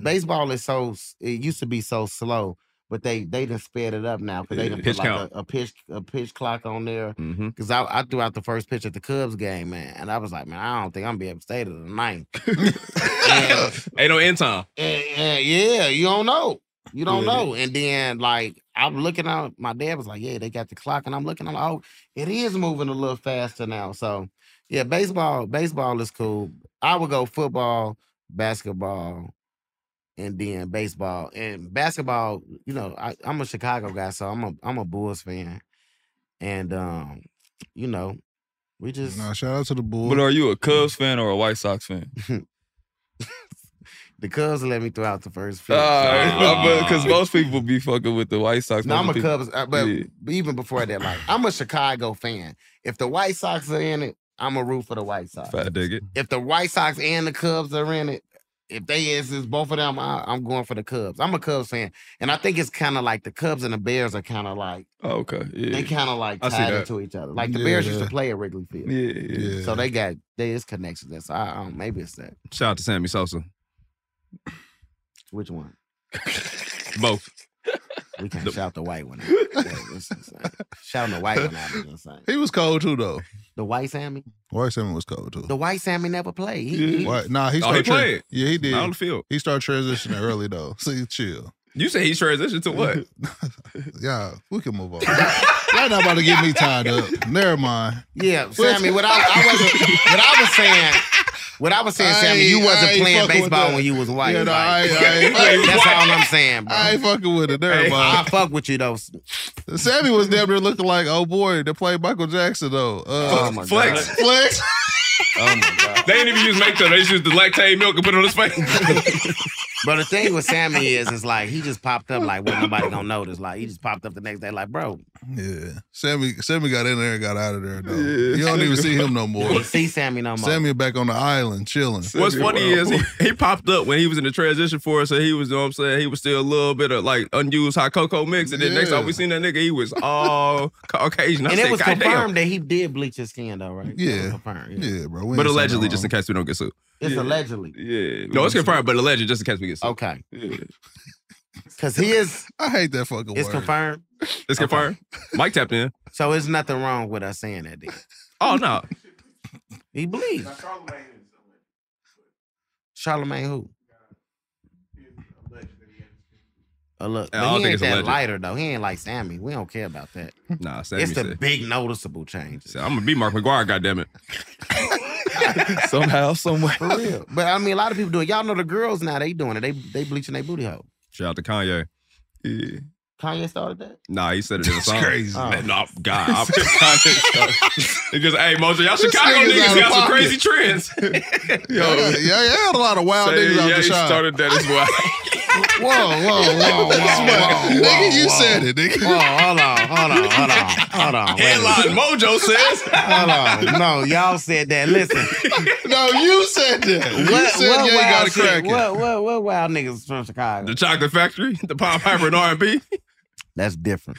E: baseball is so it used to be so slow, but they they done sped it up now because they
A: Yeah.
E: done
B: Pitch
E: put like a,
B: count.
E: a pitch a pitch clock on there.
B: Mm-hmm.
E: Cause I, I threw out the first pitch at the Cubs game, man, and I was like, man, I don't think I'm gonna be able to stay to the ninth. and,
B: Ain't no end time.
E: and- and yeah, you don't know, you don't
A: Yeah.
E: know. And then like I'm looking out, my dad was like, yeah, they got the clock, and I'm looking, I'm like, oh, it is moving a little faster now. So yeah, baseball, baseball is cool. I would go football, basketball, and then baseball. And basketball, you know, I, I'm a Chicago guy, so I'm a I'm a Bulls fan. And um, you know, we just
C: Nah, shout out to the Bulls.
A: But are you a Cubs fan or a White Sox fan?
E: the Cubs let me throw out the first pitch.
A: Oh, Because most people be fucking with the White Sox.
E: no,
A: Most
E: I'm a
A: people-
E: Cubs, uh, but
A: Yeah.
E: even before that, like I'm a Chicago fan. If the White Sox are in it, I'm a root for the White Sox.
A: Fact.
B: dig it.
E: If the White Sox and the Cubs are in it, if they is is both of them, I, I'm going for the Cubs. I'm a Cubs fan, and I think it's kind of like the Cubs and the Bears are kind of like
A: Oh, okay. Yeah.
E: they kind of like
A: I see
E: tied
A: that.
E: into each other. Like the Bears used to
A: Yeah.
E: play at Wrigley Field,
A: Yeah, yeah.
E: So they got they is connections. That's I, I don't, maybe it's that.
B: Shout out to Sammy Sosa.
E: Which one?
B: Both.
E: We can not shout the white one. Out. Yeah, that's insane. Shouting the white one out is insane.
C: He was cold too though.
E: The white Sammy.
C: White Salmon was cold too.
E: The white Sammy never played. He, he-
C: Why- Nah, he
B: Oh, he
C: started. tra-
B: played.
C: yeah, he did.
B: Out on the field.
C: He started transitioning early though. See, chill.
B: You say he transitioned to what?
C: Yeah, we can move on. Y'all not about to get me tied up. Never mind.
E: Yeah, Sammy. What I, I wasn't. What I was saying. What I was saying,
C: I
E: Sammy,
C: ain't-
E: you wasn't
C: I ain't
E: playing
C: fucking with
E: baseball
C: that.
E: when you was white.
C: Yeah, no,
E: like-
C: I ain't- I ain't
E: that's
C: fucking with
E: all
C: that.
E: I'm saying, bro.
C: I ain't fucking with it. Never
E: Hey,
C: mind.
E: I fuck with you though.
C: Sammy was damn near looking like oh boy to play Michael Jackson though. Uh,
B: Oh, my Flex. God.
C: flex.
B: They didn't even use makeup. They just used the lactate milk and put it on his face.
E: But the thing with Sammy is, is like he just popped up like what nobody gonna notice. Like he just popped up the next day, like bro,
C: Yeah, Sammy. Sammy got in there and got out of there though.
E: Yeah.
C: You don't even see him no more.
E: You don't see Sammy no more.
C: Sammy back on the island chilling.
B: What's funny is he, he popped up when he was in the transition for us, so he was, you know what I'm saying, he was still a little bit of like unused hot cocoa mix. And then next time we seen that nigga, he was all Caucasian. I
E: and
B: said,
E: it was
B: "God damn."
E: confirmed that he did bleach his skin though, right? It was
B: Yeah.
E: confirmed, yeah.
C: bro.
B: But allegedly, just in case we don't get sued.
E: It's allegedly.
A: Yeah.
B: No, it's confirmed, but alleged just in case we get sued.
E: Okay.
A: Yeah.
E: Cause he is.
C: I hate that fucking
E: It's
C: word.
E: confirmed.
B: It's confirmed. Mike tapped in.
E: So there's nothing wrong with us saying that. Then.
B: Oh no.
E: He believes. Charlemagne who? Oh, look,
B: I
E: but
B: don't
E: he
B: think
E: ain't
B: it's
E: that
B: alleged.
E: lighter though. He ain't like Sammy. We don't care about that.
B: Nah, Sammy
E: it's the
B: said-
E: big noticeable change.
B: So I'm gonna be Mark McGuire, goddammit.
A: Somehow, somewhere.
E: For real. But I mean, a lot of people do it. Y'all know the girls now. They doing it. They they bleaching their booty hole.
B: Shout out to Kanye. Yeah.
E: Kanye started that.
B: Nah, he said it in a
E: That's
B: song.
E: crazy.
C: Oh.
B: Man, no, God. I'm, because, hey, Mojo, y'all
C: This
B: Chicago
C: nigga's out
B: niggas
C: of
B: got some
C: pocket.
B: crazy trends.
C: Yo, yeah, yeah, yeah, had a lot of wild
B: Say,
C: niggas out
B: yeah,
C: the
B: he
C: shop.
B: started that as well.
C: Whoa, whoa, whoa, whoa, whoa, Nigga, you said it, nigga.
E: Whoa, Oh, hold on, hold on, hold on, hold on. wait a
B: Headline
E: minute.
B: Mojo says.
E: Hold on. No, y'all said that. Listen.
C: no, you said
E: What,
C: that. you said
E: what
C: you ain't
E: wild
C: got a
E: shit-
C: crack it.
E: What, what, what wild niggas from Chicago?
B: The Chocolate Factory, the Pop Piper and R&B.
E: That's different.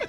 F: it.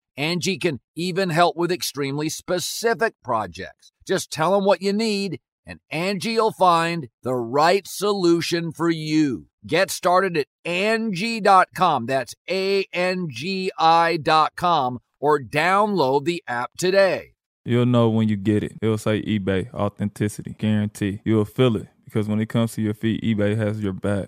H: Angie can even help with extremely specific projects. Just tell them what you need and Angie will find the right solution for you. Get started at Angie.com. That's A N G I.com or download the app today.
A: You'll know when you get it. It'll say eBay authenticity guarantee. You'll feel it because when it comes to your feet, eBay has your back.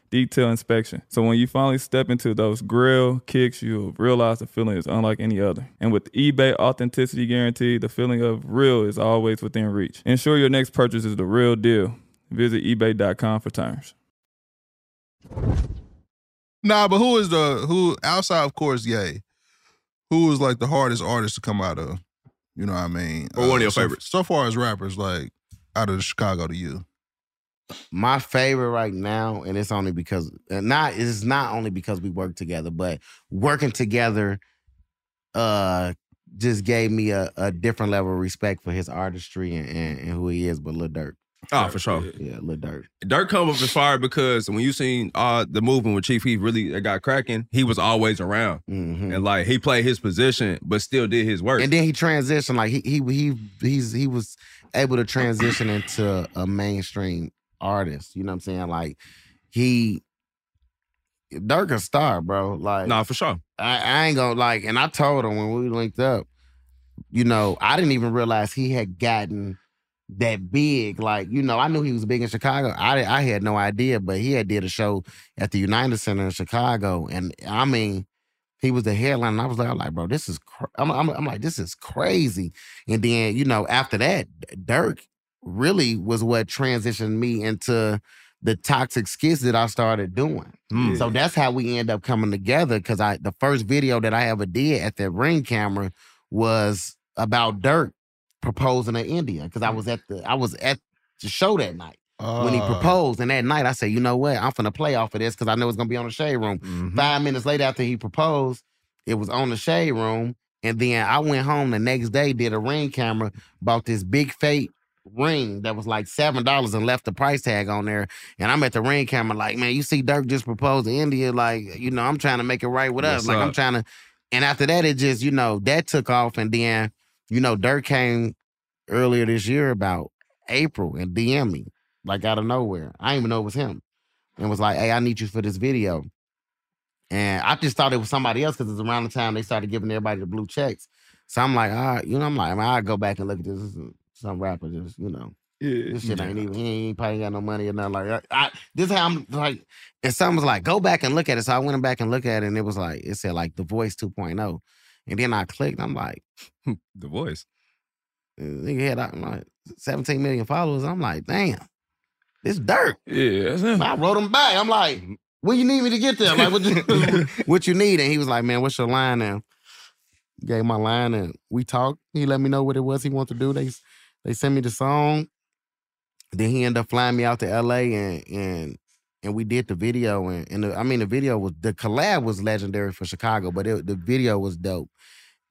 A: detailed inspection. So when you finally step into those grill kicks, you'll realize the feeling is unlike any other. And with eBay authenticity guarantee, the feeling of real is always within reach. Ensure your next purchase is the real deal. Visit eBay.com for terms.
C: Nah, but who is the who outside of course Ye? Who was like the hardest artist to come out of? You know what I mean? Uh,
B: Or one of your
C: so-
B: favorites.
C: So far as rappers, like out of Chicago to you.
E: My favorite right now, and it's only because and not it's not only because we work together, but working together uh just gave me a, a different level of respect for his artistry and, and, and who he is, but Lil Durk.
B: Oh, for sure.
E: Yeah, Lil Durk.
B: Dirk come up as fire because when you seen uh the movement with Chief Heath really it got cracking, he was always
E: Mm-hmm.
B: around. And like he played his position, but still did his work.
E: And then he transitioned, like he he he he's he was able to transition into a mainstream artist. You know what I'm saying? Like he Dirk a star, bro. Like
B: nah, for sure.
E: I, I ain't gonna like, and I told him when we linked up, you know, I didn't even realize he had gotten that big. Like, you know, I knew he was big in Chicago. I I had no idea, but he had did a show at the United Center in Chicago, and I mean, he was the headline. And I was like, I'm like, bro, this is, cra- I'm, I'm, I'm like, this is crazy. And then, you know, after that, Dirk really was what transitioned me into the toxic skits that I started doing.
B: Mm.
E: So that's how we end up coming together. Cause I, the first video that I ever did at that ring camera was about Dirk proposing to India. Cause I was at the, I was at the show that night when he
C: Uh.
E: proposed. And that night I said, you know what? I'm finna play off of this because I know it's gonna be on the shade room.
C: Mm-hmm.
E: Five minutes later after he proposed, it was on the shade room. And then I went home the next day, did a ring camera, bought this big fake ring that was like seven dollars and left the price tag on there. And I'm at the ring camera, like, man, you see Dirk just proposed to India, like, you know, I'm trying to make it right with us.
I: What's
E: Like I'm
I: up?
E: trying to and after that it just, you know, that took off. And then, you know, Dirk came earlier this year about April and DM me like out of nowhere. I didn't even know it was him. And was like, hey, I need you for this video. And I just thought it was somebody else because it's around the time they started giving everybody the blue checks. So I'm like, all right, you know, I'm like, I I'll go back and look at this. This is some rapper just, you know,
A: yeah.
E: this shit ain't even, he ain't probably got no money or nothing like that. I, this how I'm like, and someone was like, go back and look at it. So I went back and looked at it and it was like, it said like The Voice 2.0. And then I clicked, I'm like,
B: Hmm,
E: Uh,
B: The voice.
E: nigga had I'm like, 17 million followers. I'm like, damn, this dirt.
A: Yeah,
E: I wrote him back. I'm like, when you need me to get there? Like, what you, what you need? And he was like, man, what's your line now? Gave my line and we talked. He let me know what it was he wanted to do. They they sent me the song. Then he ended up flying me out to LA and and and we did the video and, and the, I mean the video was the collab was legendary for Chicago, but it, the video was dope.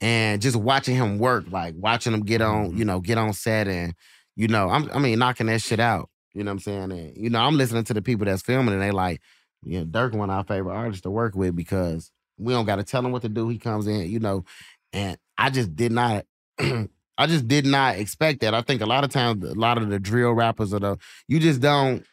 E: And just watching him work, like watching him get on, you know, get on set and you know, I'm I mean knocking that shit out. You know what I'm saying? And you know, I'm listening to the people that's filming and they like, you know, Dirk one of our favorite artists to work with because we don't gotta tell him what to do. He comes in, you know, and I just did not I just did not expect that. I think a lot of times a lot of the drill rappers or the you just don't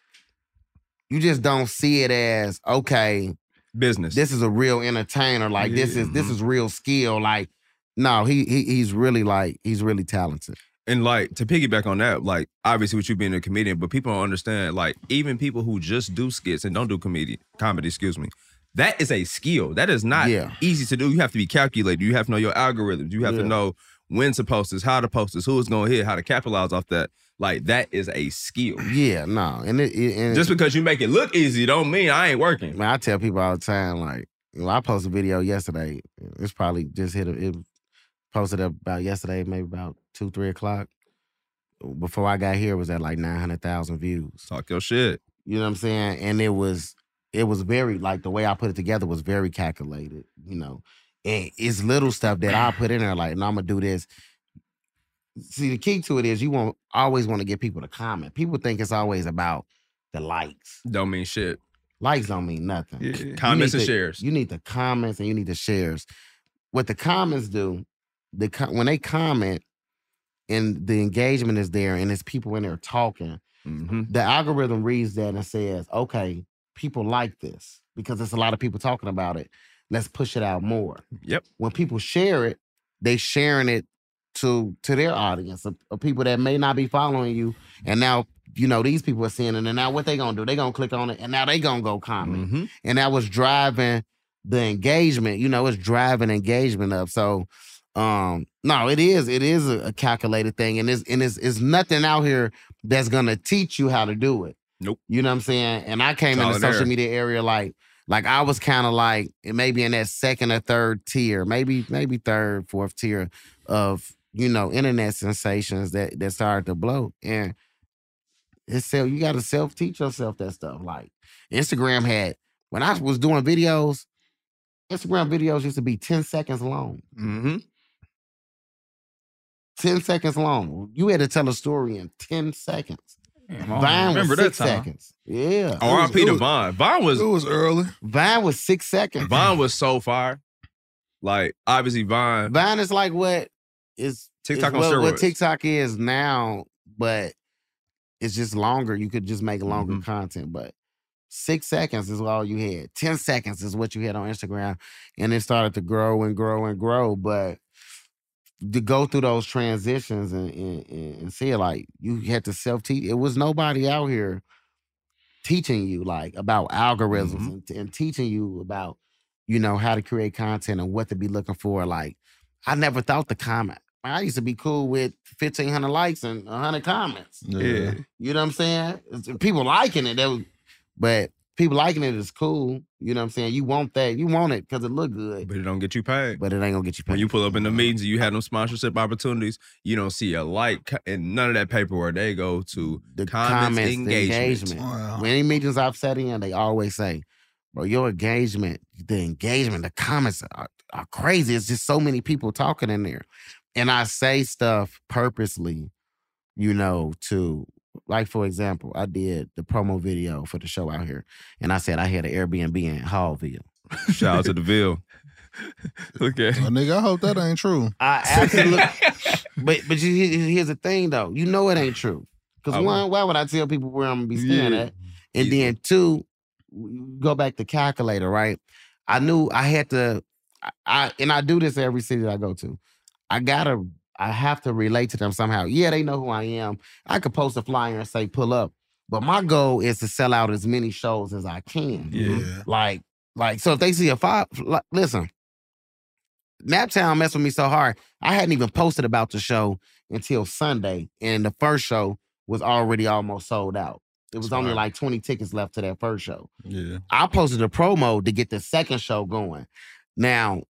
E: you just don't see it as okay
B: business.
E: This is a real entertainer. Like this is this is real skill. Like no, he, he he's really like he's really talented.
B: And like to piggyback on that, like obviously with you being a comedian, but people don't understand, like, even people who just do skits and don't do comedy comedy, excuse me, that is a skill. That is not
E: Yeah.
B: easy to do. You have to be calculated. You have to know your algorithms. You have to
E: Yeah.
B: know when to post this, how to post this, who is gonna hit, how to capitalize off that. Like that is a skill.
E: Yeah, no, and it, it- and
B: Just because you make it look easy don't mean I ain't working.
E: man, I tell people all the time like you know, I posted a video yesterday. It's probably just hit a, it posted up about yesterday, maybe about two three o'clock. Before I got here, it was at like nine hundred thousand views.
B: Talk your shit.
E: You know what I'm saying? And it was it was very like the way I put it together was very calculated. You know, and it's little stuff that I put in there like, no, I'm gonna do this. See, the key to it is you want always want to get people to comment. People think it's always about the likes.
B: Don't mean shit.
E: Likes don't mean nothing.
B: Yeah.
E: You
B: Comments
E: need
B: and
E: the-
B: shares.
E: You need the comments and you need the shares. What the comments do, the co- when they comment and the engagement is there and it's people in there talking,
B: Mm-hmm.
E: the algorithm reads that and says, okay, people like this because there's a lot of people talking about it. Let's push it out more.
B: Yep.
E: When people share it, they sharing it to to their audience of, of people that may not be following you and now you know these people are seeing it and now what they gonna do they gonna click on it and now they gonna go comment
B: Mm-hmm.
E: and that was driving the engagement you know it's driving engagement up so um no it is it is a, a calculated thing and it's and it's, it's nothing out here that's gonna teach you how to do it
B: nope
E: you know what i'm saying and i came
I: Trial
E: in the
I: and
E: social
I: error.
E: media area like like i was kind of like maybe in that second or third tier maybe maybe third fourth tier of you know internet sensations that that started to blow and it's self you gotta self teach yourself that stuff like instagram had when i was doing videos instagram videos used to be 10 seconds long
B: mm-hmm.
E: 10 seconds long you had to tell a story in 10 seconds
A: Damn,
B: Oh, I
E: Vine
B: remember
E: was
B: that
E: six
B: time.
E: seconds yeah It was-
B: R.I.P.
E: it
B: to
E: was-
B: Vine. Vine was. It
C: was early.
E: Vine was six seconds.
B: Vine was so fire. Like obviously Vine.
E: Vine is like what is
B: TikTok
E: is what,
B: on
E: what
B: steroids.
E: TikTok is now, but it's just longer. You could just make longer
B: Mm-hmm.
E: content, but six seconds is all you had. Ten seconds is what you had on Instagram, and it started to grow and grow and grow. But to go through those transitions and and, and and see it, like you had to self teach. It was nobody out here teaching you like about algorithms
B: Mm-hmm.
E: and, and teaching you about you know how to create content and what to be looking for. Like I never thought the comment. I used to be cool with fifteen hundred likes and hundred comments.
B: Mm.
C: Yeah.
E: you know what I'm saying. It's- People liking it, that was, but people liking it is cool. You know what I'm saying. You want that. You want it because it look good.
B: But it don't get you paid.
E: But it ain't gonna get you paid.
B: When you pull up in the meetings and you have no sponsorship opportunities, you don't see a like and none of that paperwork. They go to the comments,
E: comments, the
B: engagement.
E: engagement. When any meetings I've sat in, they always say, "Bro, your engagement, the engagement, the comments are, are crazy. It's just so many people talking in there." And I say stuff purposely, you know, to like for example, I did the promo video for the show out here, and I said I had an Airbnb in Hallville.
B: Shout out to DeVille.
A: Look at
C: Well, nigga, I hope that ain't true.
E: I absolutely. but but you, here- here's the thing though, you know it ain't true. Because
C: I
E: one, why would I tell people where I'm gonna be staying
C: Oh, Yeah.
E: at? And then two, w- go back to calculator, right? I knew I had to. I, I and I do this every city that I go to. I gotta. I have to relate to them somehow. Yeah, they know who I am. I could post a flyer and say pull up, but my goal is to sell out as many shows as I can.
C: Yeah.
E: Like like so, if they see a five, like, listen. Naptown messed with me so hard. I hadn't even posted about the show until Sunday, and the first show was already almost sold out. It was only
C: Smart.
E: like 20 tickets left to that first show.
C: Yeah.
E: I posted a promo to get the second show going. Now,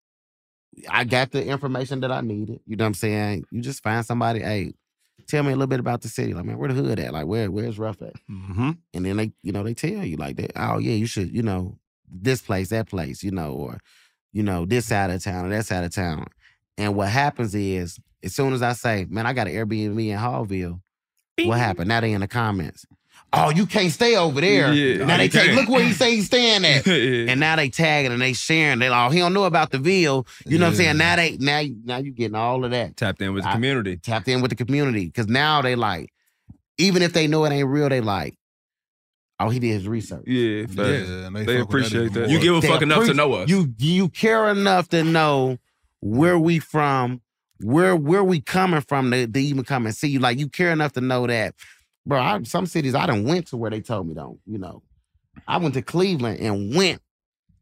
E: I got the information that I needed. You know what I'm saying? You just find somebody, hey, tell me a little bit about the city. Like, man, where the hood at? Like, where where's rough at?
B: Mm-hmm.
E: And then they, you know, they tell you like that. Oh yeah, you should, you know, this place, that place, you know, or you know, this side of town or that side of town. And what happens is, as soon as I say, man, I got an Airbnb in Hallville, what happened? Now they in the comments. Oh, you can't stay over there.
I: Yeah.
E: Now
I: Oh,
E: they
I: you
E: take
I: can't.
E: look where he say he's staying at. And now they tagging and they sharing. They like, oh, he don't know about the Ville. You know what I'm saying? Now they now now you getting all of that.
B: Tapped in with the community.
E: Tapped in with the community. Cause now they like, even if they know it ain't real, they like, oh, he did his research.
A: Yeah, facts.
C: and
A: they,
C: they fuck with that
A: appreciate
C: even
A: that.
C: more. You give a
E: They
C: fuck enough to
E: appreci-
C: know us.
E: You you care enough to know where we from, where where we coming from to, to even come and see you. Like you care enough to know that, bro. I, some cities I done went to where they told me don't. You know, I went to Cleveland and went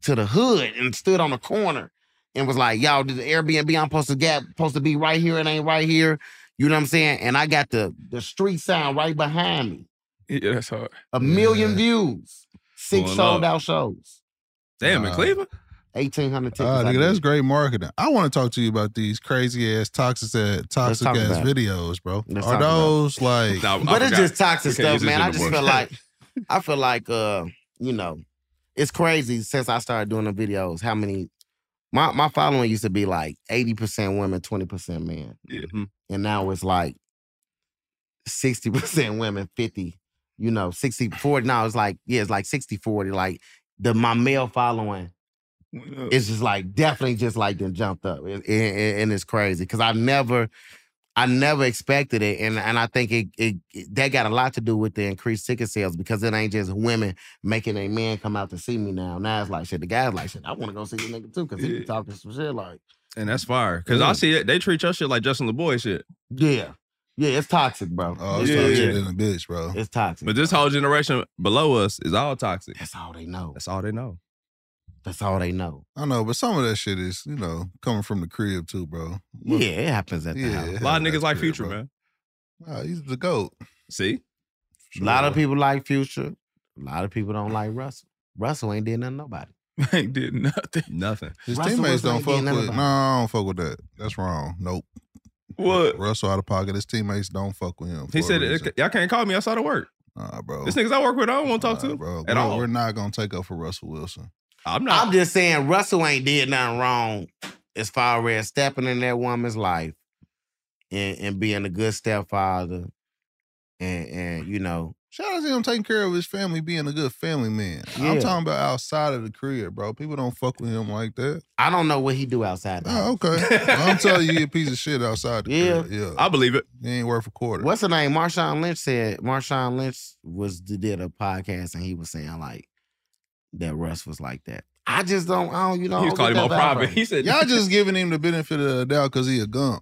E: to the hood and stood on the corner and was like, "Y'all, did the Airbnb I'm supposed to get supposed to be right here? It ain't right here." You know what I'm saying? And I got the the street sign right behind me.
A: Yeah, that's hard.
E: A million views, six
A: Going
E: sold
A: up.
E: out shows.
B: Damn,
C: in Cleveland?
E: 1,800 tickets.
C: Ah,
E: I
C: nigga,
E: did.
C: that's great marketing. I want to talk to you about these crazy ass toxic ass, toxic
E: talk
C: ass
E: about it.
C: videos, bro.
E: Let's
C: Are
E: talk about it.
C: those like?
E: but it's just toxic stuff, man. I just feel like I feel like uh, you know, it's crazy since I started doing the videos, how many my my following used to be like 80% women, 20% men.
B: Mhm.
E: And now it's like 60% women, 50 you know, 60, 40. No, it's like, yeah, it's like 60, 40. Like the my male following it's just like definitely just like them jumped up. It- it- it- and it's crazy. Cause I never I never expected it. And and I think it, it, it- that got a lot to do with the increased ticket sales because it ain't just women making a man come out to see me now. Now it's like shit, the guy's like shit, I wanna go see this nigga too, cause he be talking some shit like
B: And that's fire. Because I see it. They treat your shit like Justin LeBoy shit.
E: Yeah. Yeah, it's toxic, bro.
B: Oh, it's toxic than a
C: bitch, bro.
E: It's toxic.
B: But this whole generation below us is all toxic.
E: That's all they know.
B: That's all they know.
E: That's all they know.
C: I know, but some of that shit is, you know, coming from the crib too, bro. Look-
E: yeah, it happens at the house.
B: A lot of niggas like Future, man.
C: Nah, he's the goat.
B: See?
E: A lot of people like Future. A lot of people don't like Russell. Russell ain't did nothing to nobody.
A: ain't did nothing.
B: Nothing.
C: His
E: Russell
C: teammates
E: Wilson
C: don't
E: ain't
C: fuck
E: getting none
C: with.
E: of
C: No, I don't fuck with that. That's wrong. Nope.
B: What?
C: Russell out of pocket. His teammates don't fuck with him.
B: He said, y'all can't call me outside of work.
C: Nah, bro.
E: Oh.
B: This niggas I work with, I don't want to talk to
C: bro.
B: at
C: we're,
B: all.
C: we're not gonna take up for Russell Wilson.
B: I'm
E: not. I'm just saying Russell ain't did nothing wrong as far as stepping in that woman's life and, and being a good stepfather and and you know
C: Shout out to him taking care of his family, being a good family man.
E: Yeah.
C: I'm talking about outside of the career, bro. People don't fuck with him like that.
E: I don't know what he do outside. The
C: Oh, okay. I'm telling you, he a piece of shit outside the
E: Yeah.
C: crib. Yeah.
B: I believe it.
C: He ain't worth a quarter.
E: What's the name? Marshawn Lynch said. Marshawn Lynch was did a podcast and he was saying like that Russ was like that. I just don't. I don't. You know.
C: He
E: I
C: was
E: don't
C: calling
E: get
C: him
E: that
C: all
E: vibe
C: private.
E: from
B: He said,
C: Y'all just giving him the benefit of the doubt because he a gump.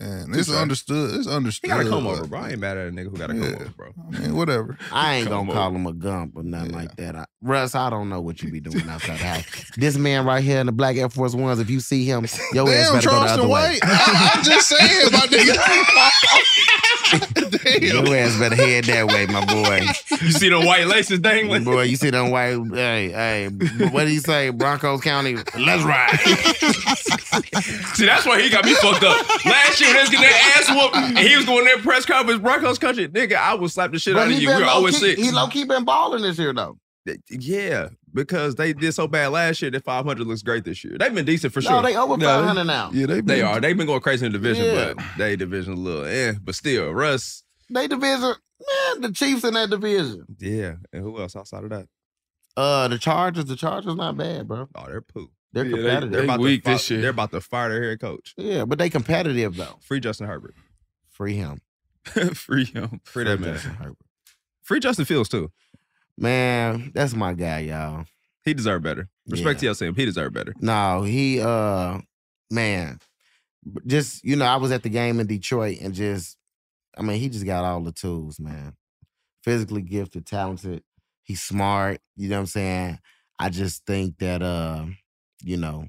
C: And it's
B: Touche.
C: understood. It's understood.
B: He got to come over, bro. I ain't mad at a nigga who got to come over, bro.
C: I mean, whatever.
E: I ain't
C: Come
E: gonna
C: over.
E: call him a gump or nothing like that. I, Russ, I don't know what you be doing outside the house. This man right here in the black Air Force Ones, if you see him, your ass Oh, better
C: Damn,
E: go the
C: Charleston
E: other
C: White.
E: way.
C: I, am just saying, my nigga.
E: Your ass better head that way, my boy.
B: You see them white laces dangling?
E: Boy, you see them white. Hey, hey. What do you say, Broncos County? Let's ride.
B: See, that's why he got me fucked up. Last year, niggas get their ass whooped, and he was going there press conference, Broncos country. Nigga, I would slap the shit
E: But
B: out of
E: he
B: you.
E: been
B: We were
E: low
B: always
E: key-
B: six.
E: He low key been balling this year though.
B: Yeah, because they did so bad last year that 500 looks great this year. They've been decent for
E: No,
B: sure.
E: they over No, 500 now. yeah,
C: they
B: they are. They've been going crazy in the division,
E: Yeah.
B: but they division a little. Eh, but still, Russ.
E: They division, man. The Chiefs in that division.
B: Yeah, and who else outside of that?
E: Uh, the Chargers. The Chargers not bad, bro.
B: Oh, they're poo.
E: They're
B: Yeah, they-
E: competitive.
B: they're about to fi- They're about to fire their head coach.
E: Yeah, but they competitive though.
B: Free Justin Herbert.
E: Free him.
A: Free him.
B: Free that man.
E: Justin Herbert.
B: Free Justin Fields too.
E: Man, that's my guy, y'all.
B: He deserved better. Respect to y'all, Sam. He deserved better.
E: No, he uh man, b- just you know, I was at the game in Detroit and just I mean, he just got all the tools, man. Physically gifted, talented, he's smart, you know what I'm saying? I just think that uh, you know,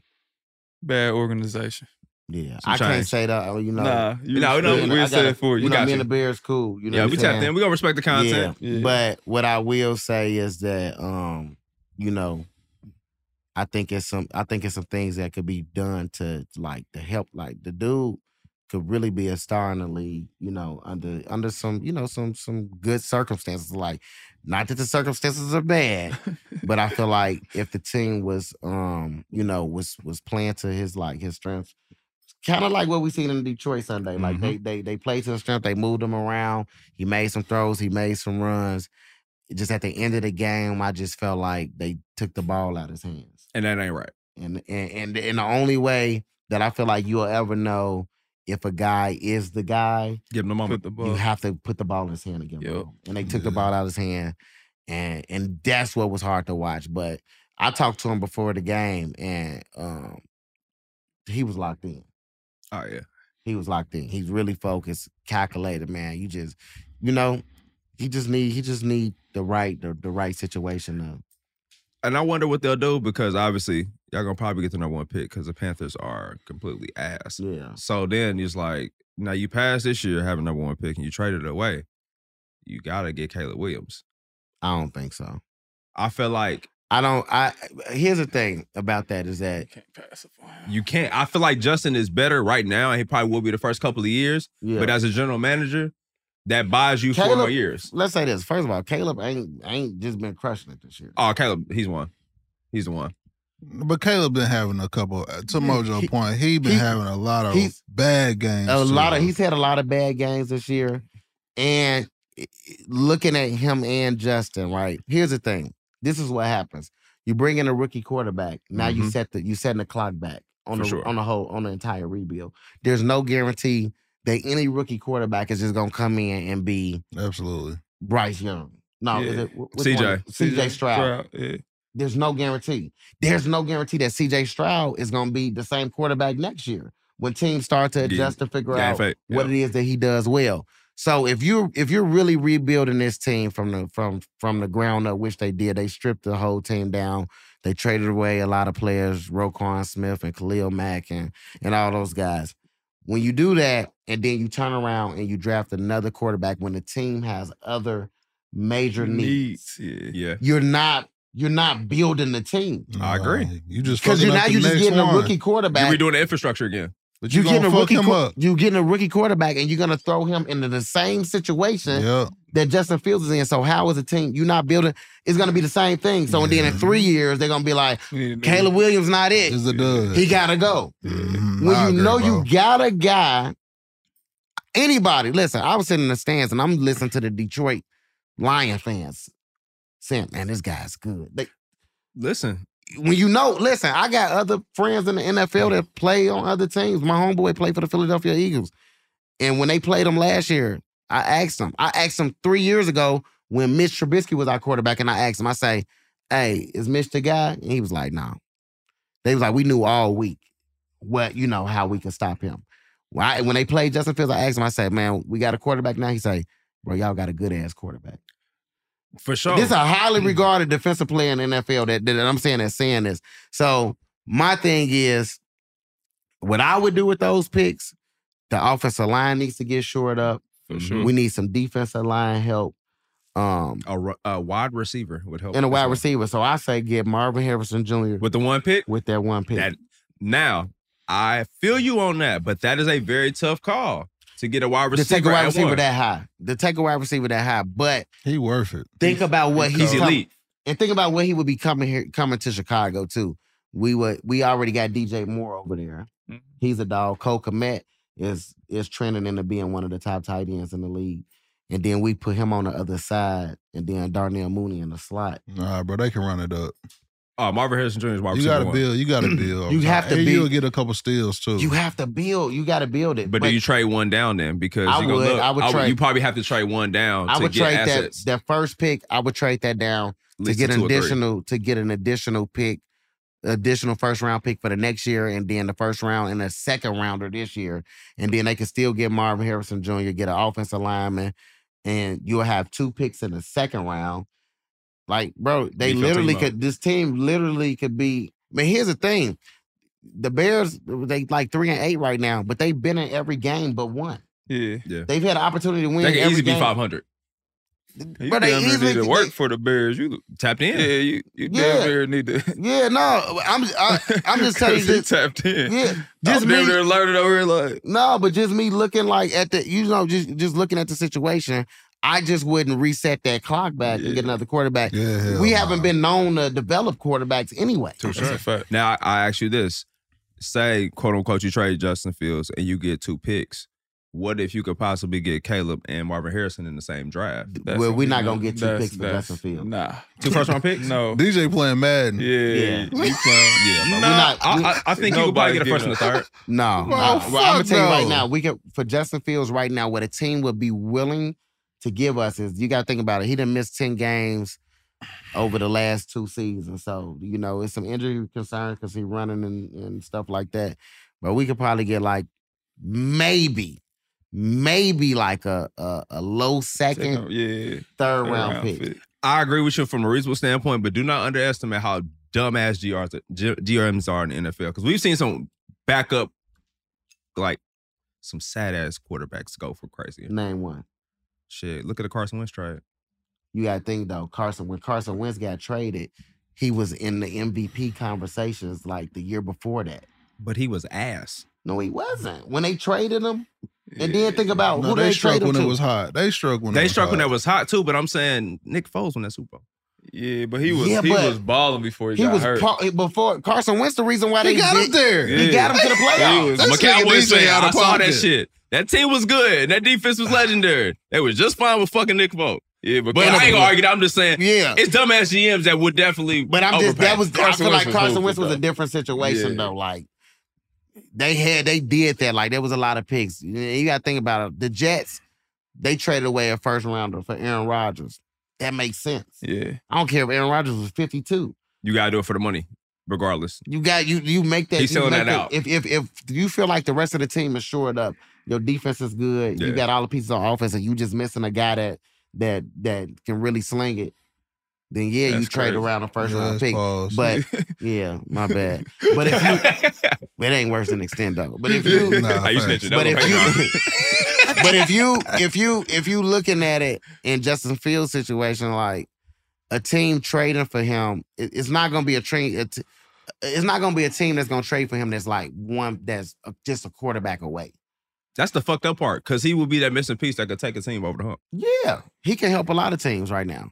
A: Bad organization.
E: Yeah,
A: Some
E: I can't
A: change.
E: say that, uh, you know.
A: Nah, you- Nah, we
E: know,
A: know- we said it for
E: You
A: you. We
E: know,
A: got
E: me and
A: you.
E: the Bears cool. You know
B: Yeah,
E: what
B: we
E: I'm
B: tapped
E: saying?
B: in. We gonna respect the content.
E: Yeah,
B: Yeah.
E: But what I will say is that um, you know, I think it's some I think it's some things that could be done to like to help like the dude could really be a star in the league, you know, under under some, you know, some some good circumstances. Like, not that the circumstances are bad, but I feel like if the team was um, you know, was was playing to his like his strengths, kind of like what we seen in Detroit Sunday. Like they they they played to his strength, they moved him around, he made some throws, he made some runs. Just at the end of the game, I just felt like they took the ball out of his hands
B: And that ain't right.
E: and and and, and the only way that I feel like you'll ever know if a guy is the guy,
B: give him the moment.
E: You have to put the ball in his hand again. And they took the ball out of his hand, and and that's what was hard to watch. But I talked to him before the game, and um, he was locked in.
B: Oh yeah,
E: he was locked in. He's really focused, calculated, man. You just, you know, he just need he just need the right the, the right situation to
B: And I wonder what they'll do because obviously y'all gonna probably get the number one pick because the Panthers are completely ass.
E: Yeah.
B: So then it's like, now you passed this year having number one pick and you traded it away. You gotta get Caleb Williams.
E: I don't think so.
B: I feel like
E: I don't. I here's the thing about that is that
B: you can't. I feel like Justin is better right now, and he probably will be the first couple of years.
E: Yeah.
B: But as a general manager, that buys you four
E: Caleb-
B: more years.
E: Let's say this. First of all, Caleb ain't ain't just been crushing it this year.
B: Oh, Caleb, he's one. He's the one.
C: But Caleb been having a couple. To
E: Yeah,
C: Mojo
E: he-
C: point, he been
E: he-
C: having a lot of
E: he's-
C: bad games.
E: A
C: too,
E: lot of
C: bro.
E: he's had a lot of bad games this year, and looking at him and Justin, right? Here's the thing. This is what happens. You bring in a rookie quarterback. Now you
I: Mhm.
E: set the you setting the clock back on
I: For
E: the
I: sure.
E: on the whole on the entire rebuild. There's no guarantee that any rookie quarterback is just gonna come in and be
C: absolutely
E: Bryce Young. No, is
A: Yeah.
E: it, wh- which
A: CJ.
E: one? CJ Stroud.
A: Stroud, yeah.
E: There's no guarantee. There's no guarantee that CJ Stroud is gonna be the same quarterback next year when teams start to
I: Yeah.
E: adjust to figure
I: Yeah, in
E: out
I: fact,
E: what it is that he does well. So if you're if you're really rebuilding this team from the from from the ground up, which they did, they stripped the whole team down. They traded away a lot of players, Roquan Smith and Khalil Mack and and all those guys. When you do that, and then you turn around and you draft another quarterback when the team has other major needs,
A: Yeah.
B: yeah.
E: you're not you're not building the team.
B: I agree.
C: You just
E: because you now you're just getting a rookie quarterback.
B: You're redoing the infrastructure again.
E: you getting a rookie qu- you getting a rookie quarterback, and you're gonna throw him into the same situation that Justin Fields is in. So how is a team you not building? It's gonna be the same thing. So then in three years they're gonna be like, Caleb Williams not it.
C: Is a dud. Mm-hmm.
E: He gotta go. When you know you got a guy, anybody. Listen, I was sitting in the stands and I'm listening to the Detroit Lion fans saying, "Man, this guy's good." They,
B: listen.
E: When you know, listen, I got other friends in the NFL that play on other teams. My homeboy played for the Philadelphia Eagles. And when they played him last year, I asked him. I asked him three years ago when Mitch Trubisky was our quarterback, and I asked him, I say, hey, is Mitch the guy? And he was like, no. They was like, we knew all week what, you know, how we could stop him. When, I- when they played Justin Fields, I asked him, I said, man, we got a quarterback now. He say, bro, y'all got a good ass quarterback.
B: For sure.
E: This is a highly
B: Mm.
E: regarded defensive player in the NFL that, that I'm saying that's saying this. So my thing is, what I would do with those picks, the offensive line needs to get shored up.
B: For
A: Mm-hmm.
B: sure.
E: We need some defensive line help. Um
B: a, ru- a wide receiver would help.
E: and a
B: as
E: wide
B: well.
E: receiver. So I say get Marvin Harrison Jr.
B: Oh, with the one pick.
E: With that one pick.
B: That now, I feel you on that, but that is a very tough call to get a wide
E: to
B: receiver.
E: take a wide
B: at
E: receiver
B: one.
E: that high. To take a wide receiver that high. But
C: he worth it.
E: Think about what
B: he's
E: he's come-
B: elite.
E: and think about what he would be coming here coming to Chicago too. We would we already got DJ Moore over there.
B: Mm-hmm.
E: He's a dog. Cole Komet is is trending into being one of the top tight ends in the league. And then we put him on the other side, and then Darnell Mooney in the slot.
C: Nah, bro, they can run it up.
B: Oh, Marvin Harrison Jr. is wide
C: You
B: receiver.
C: gotta
B: one.
C: build. You gotta build.
E: You have to
C: and
E: be-
C: You'll get a couple steals too.
E: You have to build. You got to build it.
B: But, do you trade one down then? Because
E: I
B: you go,
E: would-
B: look,
E: I would trade-
B: You probably have to trade one down.
E: I
B: to
E: would
B: get
E: trade
B: assets.
E: that that first pick. I would trade that down to
B: Least
E: get
B: to
E: an
B: two or three.
E: additional to get an additional pick, additional first round pick for the next year, and then the first round and a second rounder this year, and then they can still get Marvin Harrison Jr. get an offensive lineman, and you'll have two picks in the second round. Like, bro, they
I: Beef your
E: literally
I: team
E: could. This team literally could be. I mean, here's the thing: the Bears they like three and eight right now, but they've been in every game but one.
A: Yeah.
B: Yeah.
E: They've had an opportunity to win.
A: They could
E: every
A: easily be
E: game.
B: 500.
A: You
E: Bro, they
A: damn near
E: easily-
A: need to work for the Bears. You
B: tapped in.
A: Yeah, you, you
E: Yeah.
A: damn near need to.
E: Yeah, no, I'm I, I'm just telling you
A: He
E: this.
A: tapped in.
E: Yeah,
A: Just
E: just
A: I'm damn
E: me.
A: near learning over here like.
E: No, but just me looking like at the you know just just looking at the situation. I just wouldn't reset that clock back and get another quarterback.
C: Yeah,
E: we haven't been known to develop quarterbacks anyway.
B: Now I, I ask you this: Say, quote unquote, you trade Justin Fields and you get two picks. What if you could possibly get Caleb and Marvin Harrison in the same draft?
E: well, we're not gonna get two
B: that's-
E: picks for
B: that's-
E: Justin Fields.
A: Nah,
B: Two first round picks?
A: No.
C: DJ playing Madden.
A: Yeah.
C: Yeah.
A: You playing.
B: Yeah,
C: but we're
B: nah,
C: not-
B: I,
C: we-
B: I, I think you could probably
C: Nobody's
B: get a first and a
C: getting a-
B: third.
E: No,
C: Bro,
E: no. Well, I'm gonna
C: fuck
E: tell you right
C: no.
E: now, we could for Justin Fields right now, what a team would be willing to give us is you gotta think about it. He didn't miss 10 games over the last two seasons. So, you know, it's some injury concerns because he's running and, and stuff like that. But we could probably get like maybe, maybe like a a, a low second,
A: yeah,
E: third round pick.
B: I agree with you from a reasonable standpoint, but do not underestimate how dumbass GRs, are- G- GRMs are in the NFL because we've seen some backup, like some sad ass quarterbacks go for crazy
E: Name one.
B: shit. Look at the Carson Wentz trade.
E: You gotta think though, Carson, when Carson Wentz got traded, he was in the MVP conversations like the year before that.
B: But he was ass.
E: No, he wasn't. When they traded him, and then think about
C: No,
E: who
C: they
E: they,
C: struck
E: traded him
C: when
E: to.
C: it was hot. They struck when it
B: they
C: was
B: struck when
C: hot.
B: that was hot too, but I'm saying Nick Foles won that Super Bowl. Yeah, but he was
E: Yeah,
B: he
E: but
B: was balling before he,
E: He
B: got
E: was
B: hurt.
E: pa- before Carson Wentz. The reason why they
C: got
E: did-
C: him there.
E: He
B: Yeah.
E: got him to the
B: He was
E: playoffs.
B: my Cowboys fan.
C: out
B: I
C: of
B: saw that
C: pocket.
B: shit. That team was good. And that defense was legendary. They was just fine with fucking Nick Folk. Yeah, but,
E: But-
B: I ain't gonna argue. that. I'm just saying.
E: Yeah.
B: it's dumbass GMs that would definitely.
E: But I'm just that
B: overpay.
E: was I feel like Carson Wentz was a
B: though.
E: different situation
B: Yeah.
E: though. Like they had they did that. Like there was a lot of picks. You- You got to think about it. The Jets they traded away a first rounder for Aaron Rodgers. That makes sense.
B: Yeah,
E: I don't care if Aaron Rodgers was 52.
B: you gotta do it for the money, regardless.
E: You got you you make that.
B: He's
E: you
B: selling
E: make
B: that out.
E: If if if you feel like the rest of the team is shored up, your defense is good. You
B: Yeah.
E: got all the pieces on offense, and you just missing a guy that that that can really sling it. Then yeah, you
C: That's
E: trade
C: crazy.
E: around a first round
C: Yes,
E: pick.
C: pause.
E: But yeah, my bad. But if you, it ain't worse than extendo. But if you,
C: Nah,
B: Hey, you
C: facts.
B: snitching. That
E: but
B: was
E: if
B: crazy.
E: you, but if you, if you, if you looking at it in Justin Fields' situation, like a team trading for him, it- it's not gonna be a train. a t- It's not gonna be a team that's gonna trade for him. That's like one that's a- just a quarterback away.
B: That's the fucked up part because he would be that missing piece that could take a team over the hump.
E: Yeah, he can help a lot of teams right now.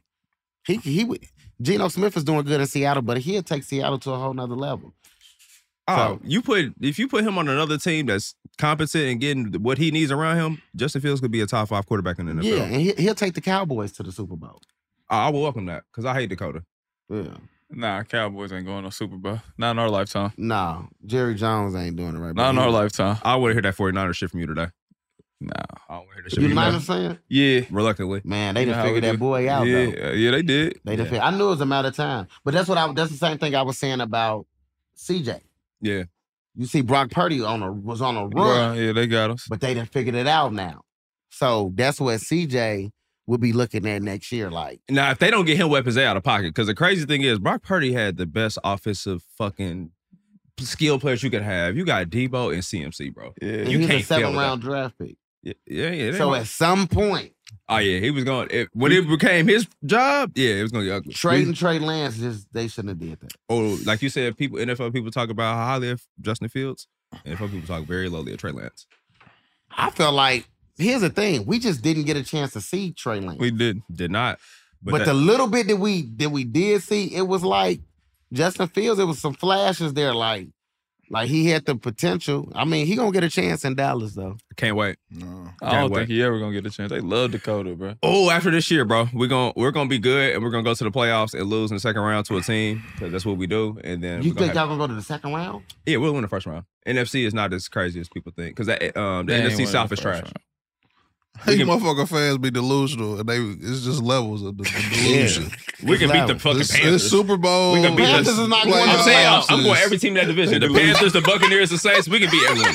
E: He he would. Geno Smith is doing good in Seattle, but he'll take Seattle to a whole nother level.
B: Oh, you put if you put him on another team that's competent and getting what he needs around him, Justin Fields could be a top five quarterback in the NFL.
E: Yeah, and he, he'll take the Cowboys to the Super Bowl.
B: I, I will welcome that because I hate Dakota.
E: Yeah.
A: Nah, Cowboys ain't going no Super Bowl. Not in our lifetime.
E: No, Jerry Jones ain't doing it right
A: Not in
E: now.
A: our lifetime.
B: I want to hear that 49er shit from you today.
A: Nah.
B: I want to hear that shit
E: You
B: from you.
E: know what I'm
B: today.
E: saying?
A: Yeah.
B: Reluctantly.
E: Man, they
A: You know
E: done
A: how we
E: figured
A: do.
E: that boy out
A: yeah,
E: though.
A: uh, yeah, they did.
E: They done
B: Yeah.
E: fig- I knew it was a matter of time. But that's what I that's the same thing I was saying about CJ.
B: Yeah.
E: You see Brock Purdy on a was on a run,
A: Bruh, yeah, they got us.
E: but they done figured it out now. So that's what CJ will be looking at next year. Like,
B: Now, if they don't get him weapons, they out of pocket. Because the crazy thing is, Brock Purdy had the best offensive fucking skill players you could have. You got Debo and CMC, bro.
A: Yeah.
E: and
B: You
E: he's a
B: can't fail
E: seven
B: with
E: round draft pick.
B: Yeah, yeah. yeah they
E: So
B: might-
E: at some point,
B: oh yeah, he was going. It, when it became his job, yeah, it was going to get ugly.
E: Trey and Trey Lance just they shouldn't have did that.
B: Oh, like you said, people NFL people talk about how highly of Justin Fields. NFL people talk very lowly of Trey Lance.
E: I felt like here's the thing: we just didn't get a chance to see Trey Lance.
A: We did.
B: Did not.
E: But,
B: But, that-
E: the little bit that we that we did see, it was like Justin Fields. It was some flashes there, like like he had the potential. I mean, he gonna get a chance in Dallas though.
B: can't wait.
C: No.
A: I
B: Can't
A: don't
B: wait.
A: think he ever gonna get a chance. They love Dakota, bro.
B: Oh, after this year, bro, we're gonna we're gonna be good and we're gonna go to the playoffs and lose in the second round to a team because that's what we do. And then
E: you
B: we're
E: think
B: gonna have-
E: y'all gonna go to the second round?
B: yeah, we'll win the first round. NFC is not as crazy as people think because that um the
A: They ain't
B: NFC
A: winning
B: South
A: the
B: is
A: first
B: trash.
A: round.
C: Hey,
B: can-
C: mother fans be delusional, and they it's just levels of the, the delusion.
B: We can beat the
E: It's
B: fucking
C: It's,
B: Panthers.
C: it's Super Bowl.
B: We can beat
E: Panthers
B: the-
E: is not going.
B: I'm
E: to
B: saying I'm,
E: playoffs.
B: I'm going every team in that division. The Panthers, the Buccaneers, the Saints. We can beat everyone.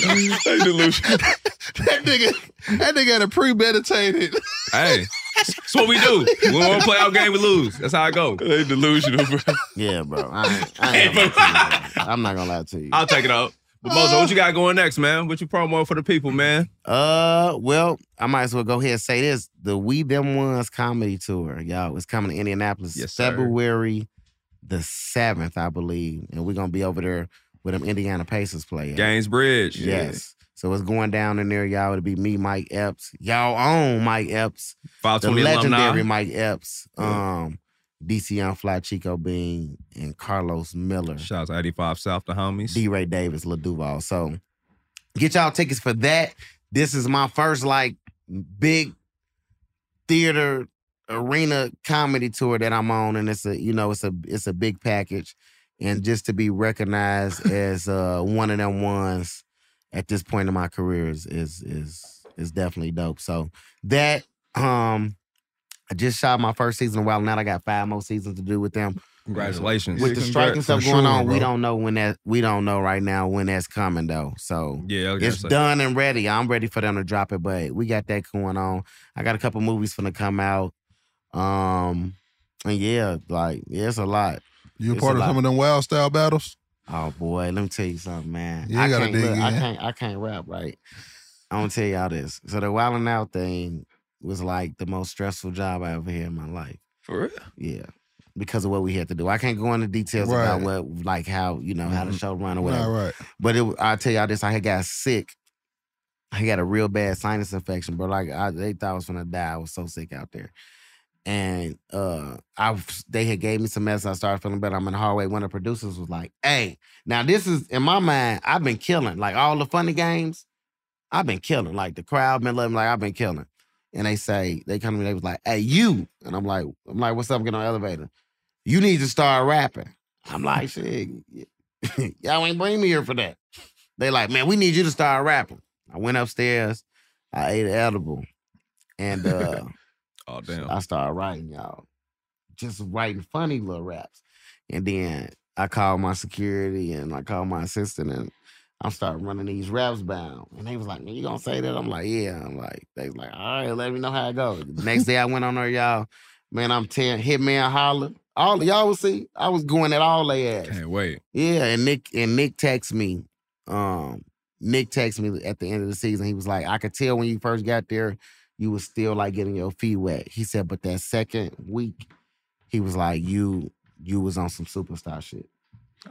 B: though.
A: They delusional.
C: that nigga, that nigga had a premeditated.
B: hey, that's what we do. When we want to play our game, we lose. That's how I go.
A: they delusional, bro.
E: Yeah, bro. I ain't, I ain't
B: Hey,
E: gonna lie to you, bro. I'm not gonna lie to you.
B: I'll take it out. But Mozo, what you got going next, man? What you promo for the people, man?
E: Uh, well, I might as well go ahead and say this: the We Them Ones comedy tour, y'all, is coming to Indianapolis
B: Yes, sir.
E: February the seventh, I believe, and we're gonna be over there with them Indiana Pacers players.
B: Gaines Bridge.
E: Yes. So it's going down in there, y'all. It'll be me, Mike Epps, y'all own Mike Epps, the
B: 520
E: legendary
B: alumni.
E: Mike Epps, um, DC on Fly Chico Bean, and Carlos Miller,
B: Shout out to 85 South, the homies.
E: D. Ray Davis, La Duval. So get y'all tickets for that. This is my first like big theater arena comedy tour that I'm on, and it's a you know it's a it's a big package, and just to be recognized as uh, one of them ones at this point in my career is is is is definitely dope. So that um. I just shot my first season a while now. I got five more seasons to do with them
B: Congratulations.
E: with the strike and stuff
C: for
E: going
C: sure,
E: on, we
C: bro.
E: don't know when that we don't know right now when that's coming though. So
B: yeah, okay,
E: it's
B: so-
E: done and ready. I'm ready for them to drop it, but we got that going on. I got a couple movies finna come out. Um and yeah, like yeah, it's a lot.
C: You a
E: It's a
C: part of
E: lot.
C: some of them wild style battles?
E: Oh boy, let me tell you something, man.
C: You
E: I
C: gotta
E: can't
C: dig
E: look, I
C: in.
E: can't I can't rap right. I'm gonna tell y'all this. So the wilding out thing was like the most stressful job I ever had in my life.
A: For real?
E: Yeah. Because of what we had to do. I can't go into details about
C: Right.
E: what like how, you know, how the
C: Mhm.
E: show run or whatever.
C: All right.
E: But it, I tell y'all this, I had got sick. I got a real bad sinus infection, bro. Like I, they thought I was gonna die. I was so sick out there, and uh, I they had gave me some medicine. I started feeling better. I'm in the hallway. One of the producers was like, "Hey, now this is in my mind. I've been killing like all the funny games. I've been killing like the crowd been loving like I've been killing." And they say they come to me. They was like, "Hey, you," and I'm like, "I'm like, what's up? Get on the elevator. You need to start rapping." I'm like, "Shit, y'all ain't bring me here for that." They like, "Man, we need you to start rapping." I went upstairs. I ate an edible, and. uh
B: Oh damn!
E: I started writing y'all, just writing funny little raps, and then I called my security and I called my assistant and I started running these raps down. And they was like, "Man, you gonna say that?" I'm like, "Yeah." I'm like, they was like, "All right, let me know how it goes." The next day I went on there, y'all. Man, I'm ten. Hitman holler. All y'all will see. I was going at all they ass.
B: Can't wait.
E: Yeah, and Nick and Nick texted me. Um, Nick texted me at the end of the season. He was like, I could tell when you first got there, you was still like getting your feet wet. He said, but that second week, he was like, you you was on some superstar shit.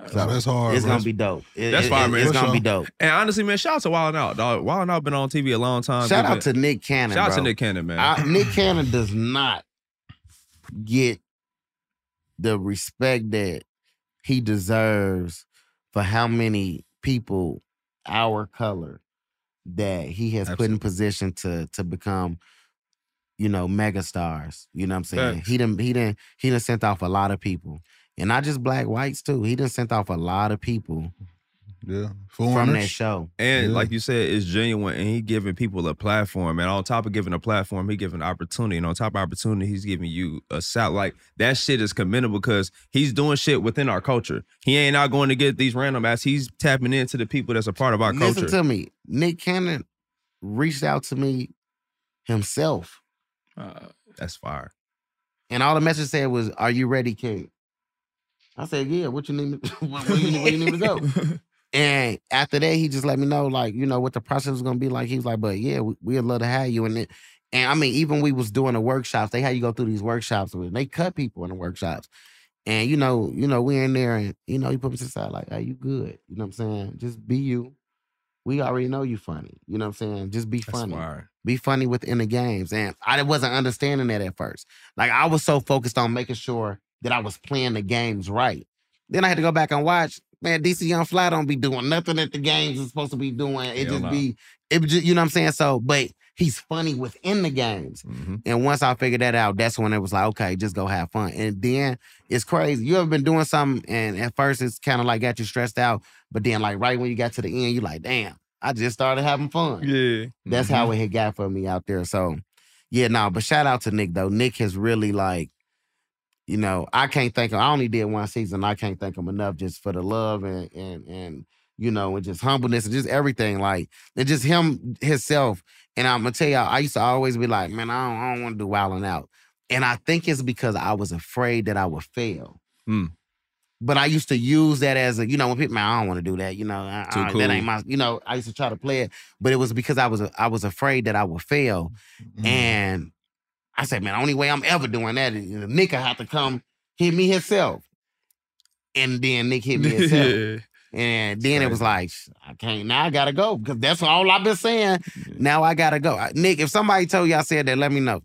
E: So
C: that's hard,
E: It's
C: bro.
E: gonna be dope. It-
B: That's
E: it-
B: fire,
E: it-
B: man.
E: It's gonna be dope.
B: And honestly, man, shout out to Wild 'N Out, dog. Wild 'N Out been on TV a long time.
E: Shout
B: Good
E: out to
B: man.
E: Nick Cannon.
B: Shout out to
E: bro.
B: Nick Cannon, man.
E: I- Nick Cannon does not get the respect that he deserves for how many people our color that he has put in position to to become, you know, megastars. You know what I'm saying?
B: Facts.
E: He didn't he didn't he done sent off a lot of people. And not just black whites too. He done sent off a lot of people.
C: Yeah.
E: From that show.
B: And like you said, it's genuine, and he giving people a platform. And on top of giving a platform, he giving opportunity. And on top of opportunity, he's giving you a shout. Like that shit is commendable because he's doing shit within our culture. He ain't out going to get these random ass. He's tapping into the people that's a part of our
E: Listen
B: culture.
E: to me. Nick Cannon reached out to me himself.
B: that's fire.
E: And all the message said was, Are you ready, King? I said, Yeah, what you need me where, where you, where you need me to go? and after that, he just let me know, like, you know, what the process was gonna be like. He was like, But yeah, we, we'd love to have you. And it, and I mean, even we was doing the workshops, they had you go through these workshops with they cut people in the workshops. And you know, you know, we in there and you know, he put me to the side, like, Are you good? You know what I'm saying? Just be you. We already know you funny. You know what I'm saying? Just be funny. Be funny within the games. And I wasn't understanding that at first. Like I was so focused on making sure that I was playing the games right. Then I had to go back and watch. Man, DC Young Fly don't be doing nothing that the games is supposed to be doing. It
B: Hell
E: just
B: no.
E: be, it just, you know what I'm saying? So, but he's funny within the games.
B: Mm-hmm.
E: And once I figured that out, that's when it was like, okay, just go have fun. And then it's crazy. You ever been doing something and at first it's kind of like got you stressed out, but then like right when you got to the end, you like, damn, I just started having fun.
A: Yeah.
E: That's how it had got for me out there. So yeah, no, but shout out to Nick though. Nick has really like, you know, I can't thank him. I only did one season. I can't thank him enough just for the love and and and you know, and just humbleness and just everything. Like and just him himself. And I'm gonna tell y'all, I used to always be like, man, I don't, I don't want to do wilding out. And I think it's because I was afraid that I would fail.
B: Mm.
E: But I used to use that as a, you know, when people, man, I don't want to do that, you know, I,
B: Too
E: I-
B: cool.
E: that ain't my, you know, I used to try to play it, but it was because I was I was afraid that I would fail,
B: Mm.
C: Mm.
E: and I said, man, the only way I'm ever doing that is you know, Nick will have to come hit me himself, and then Nick hit me himself. And then it was like, "Sh- I can't. Now I gotta go because that's all I've been saying. Now I gotta go. I- Nick, if somebody told you I said that, let me know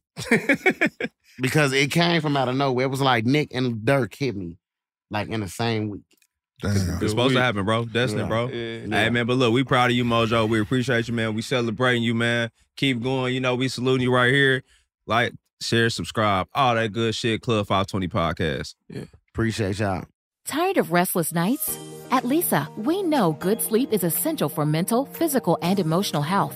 E: because it came from out of nowhere. It was like Nick and Dirk hit me like in the same week.
B: It's supposed to happen, bro. Destiny,
E: Yeah.
B: bro.
E: Yeah.
B: Hey, man, but look, we proud of you, Mojo. We appreciate you, man. We celebrating you, man. Keep going. You know, we saluting you right here. Like, share, subscribe, all that good shit. Club 520 podcast.
A: Yeah.
E: Appreciate y'all.
I: Tired of restless nights? At Lisa, we know good sleep is essential for mental, physical, and emotional health.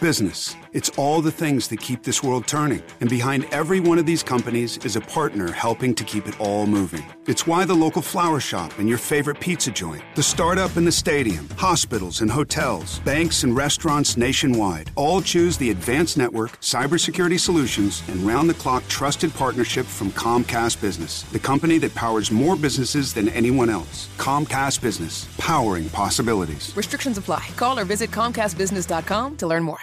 J: Business. It's all the things that keep this world turning. And behind every one of these companies is a partner helping to keep it all moving. It's why the local flower shop and your favorite pizza joint, the startup and the stadium, hospitals and hotels, banks and restaurants nationwide all choose the advanced network, cybersecurity solutions, and round the clock trusted partnership from Comcast Business, the company that powers more businesses than anyone else. Comcast Business, powering possibilities.
K: Restrictions apply. Call or visit ComcastBusiness.com to learn more.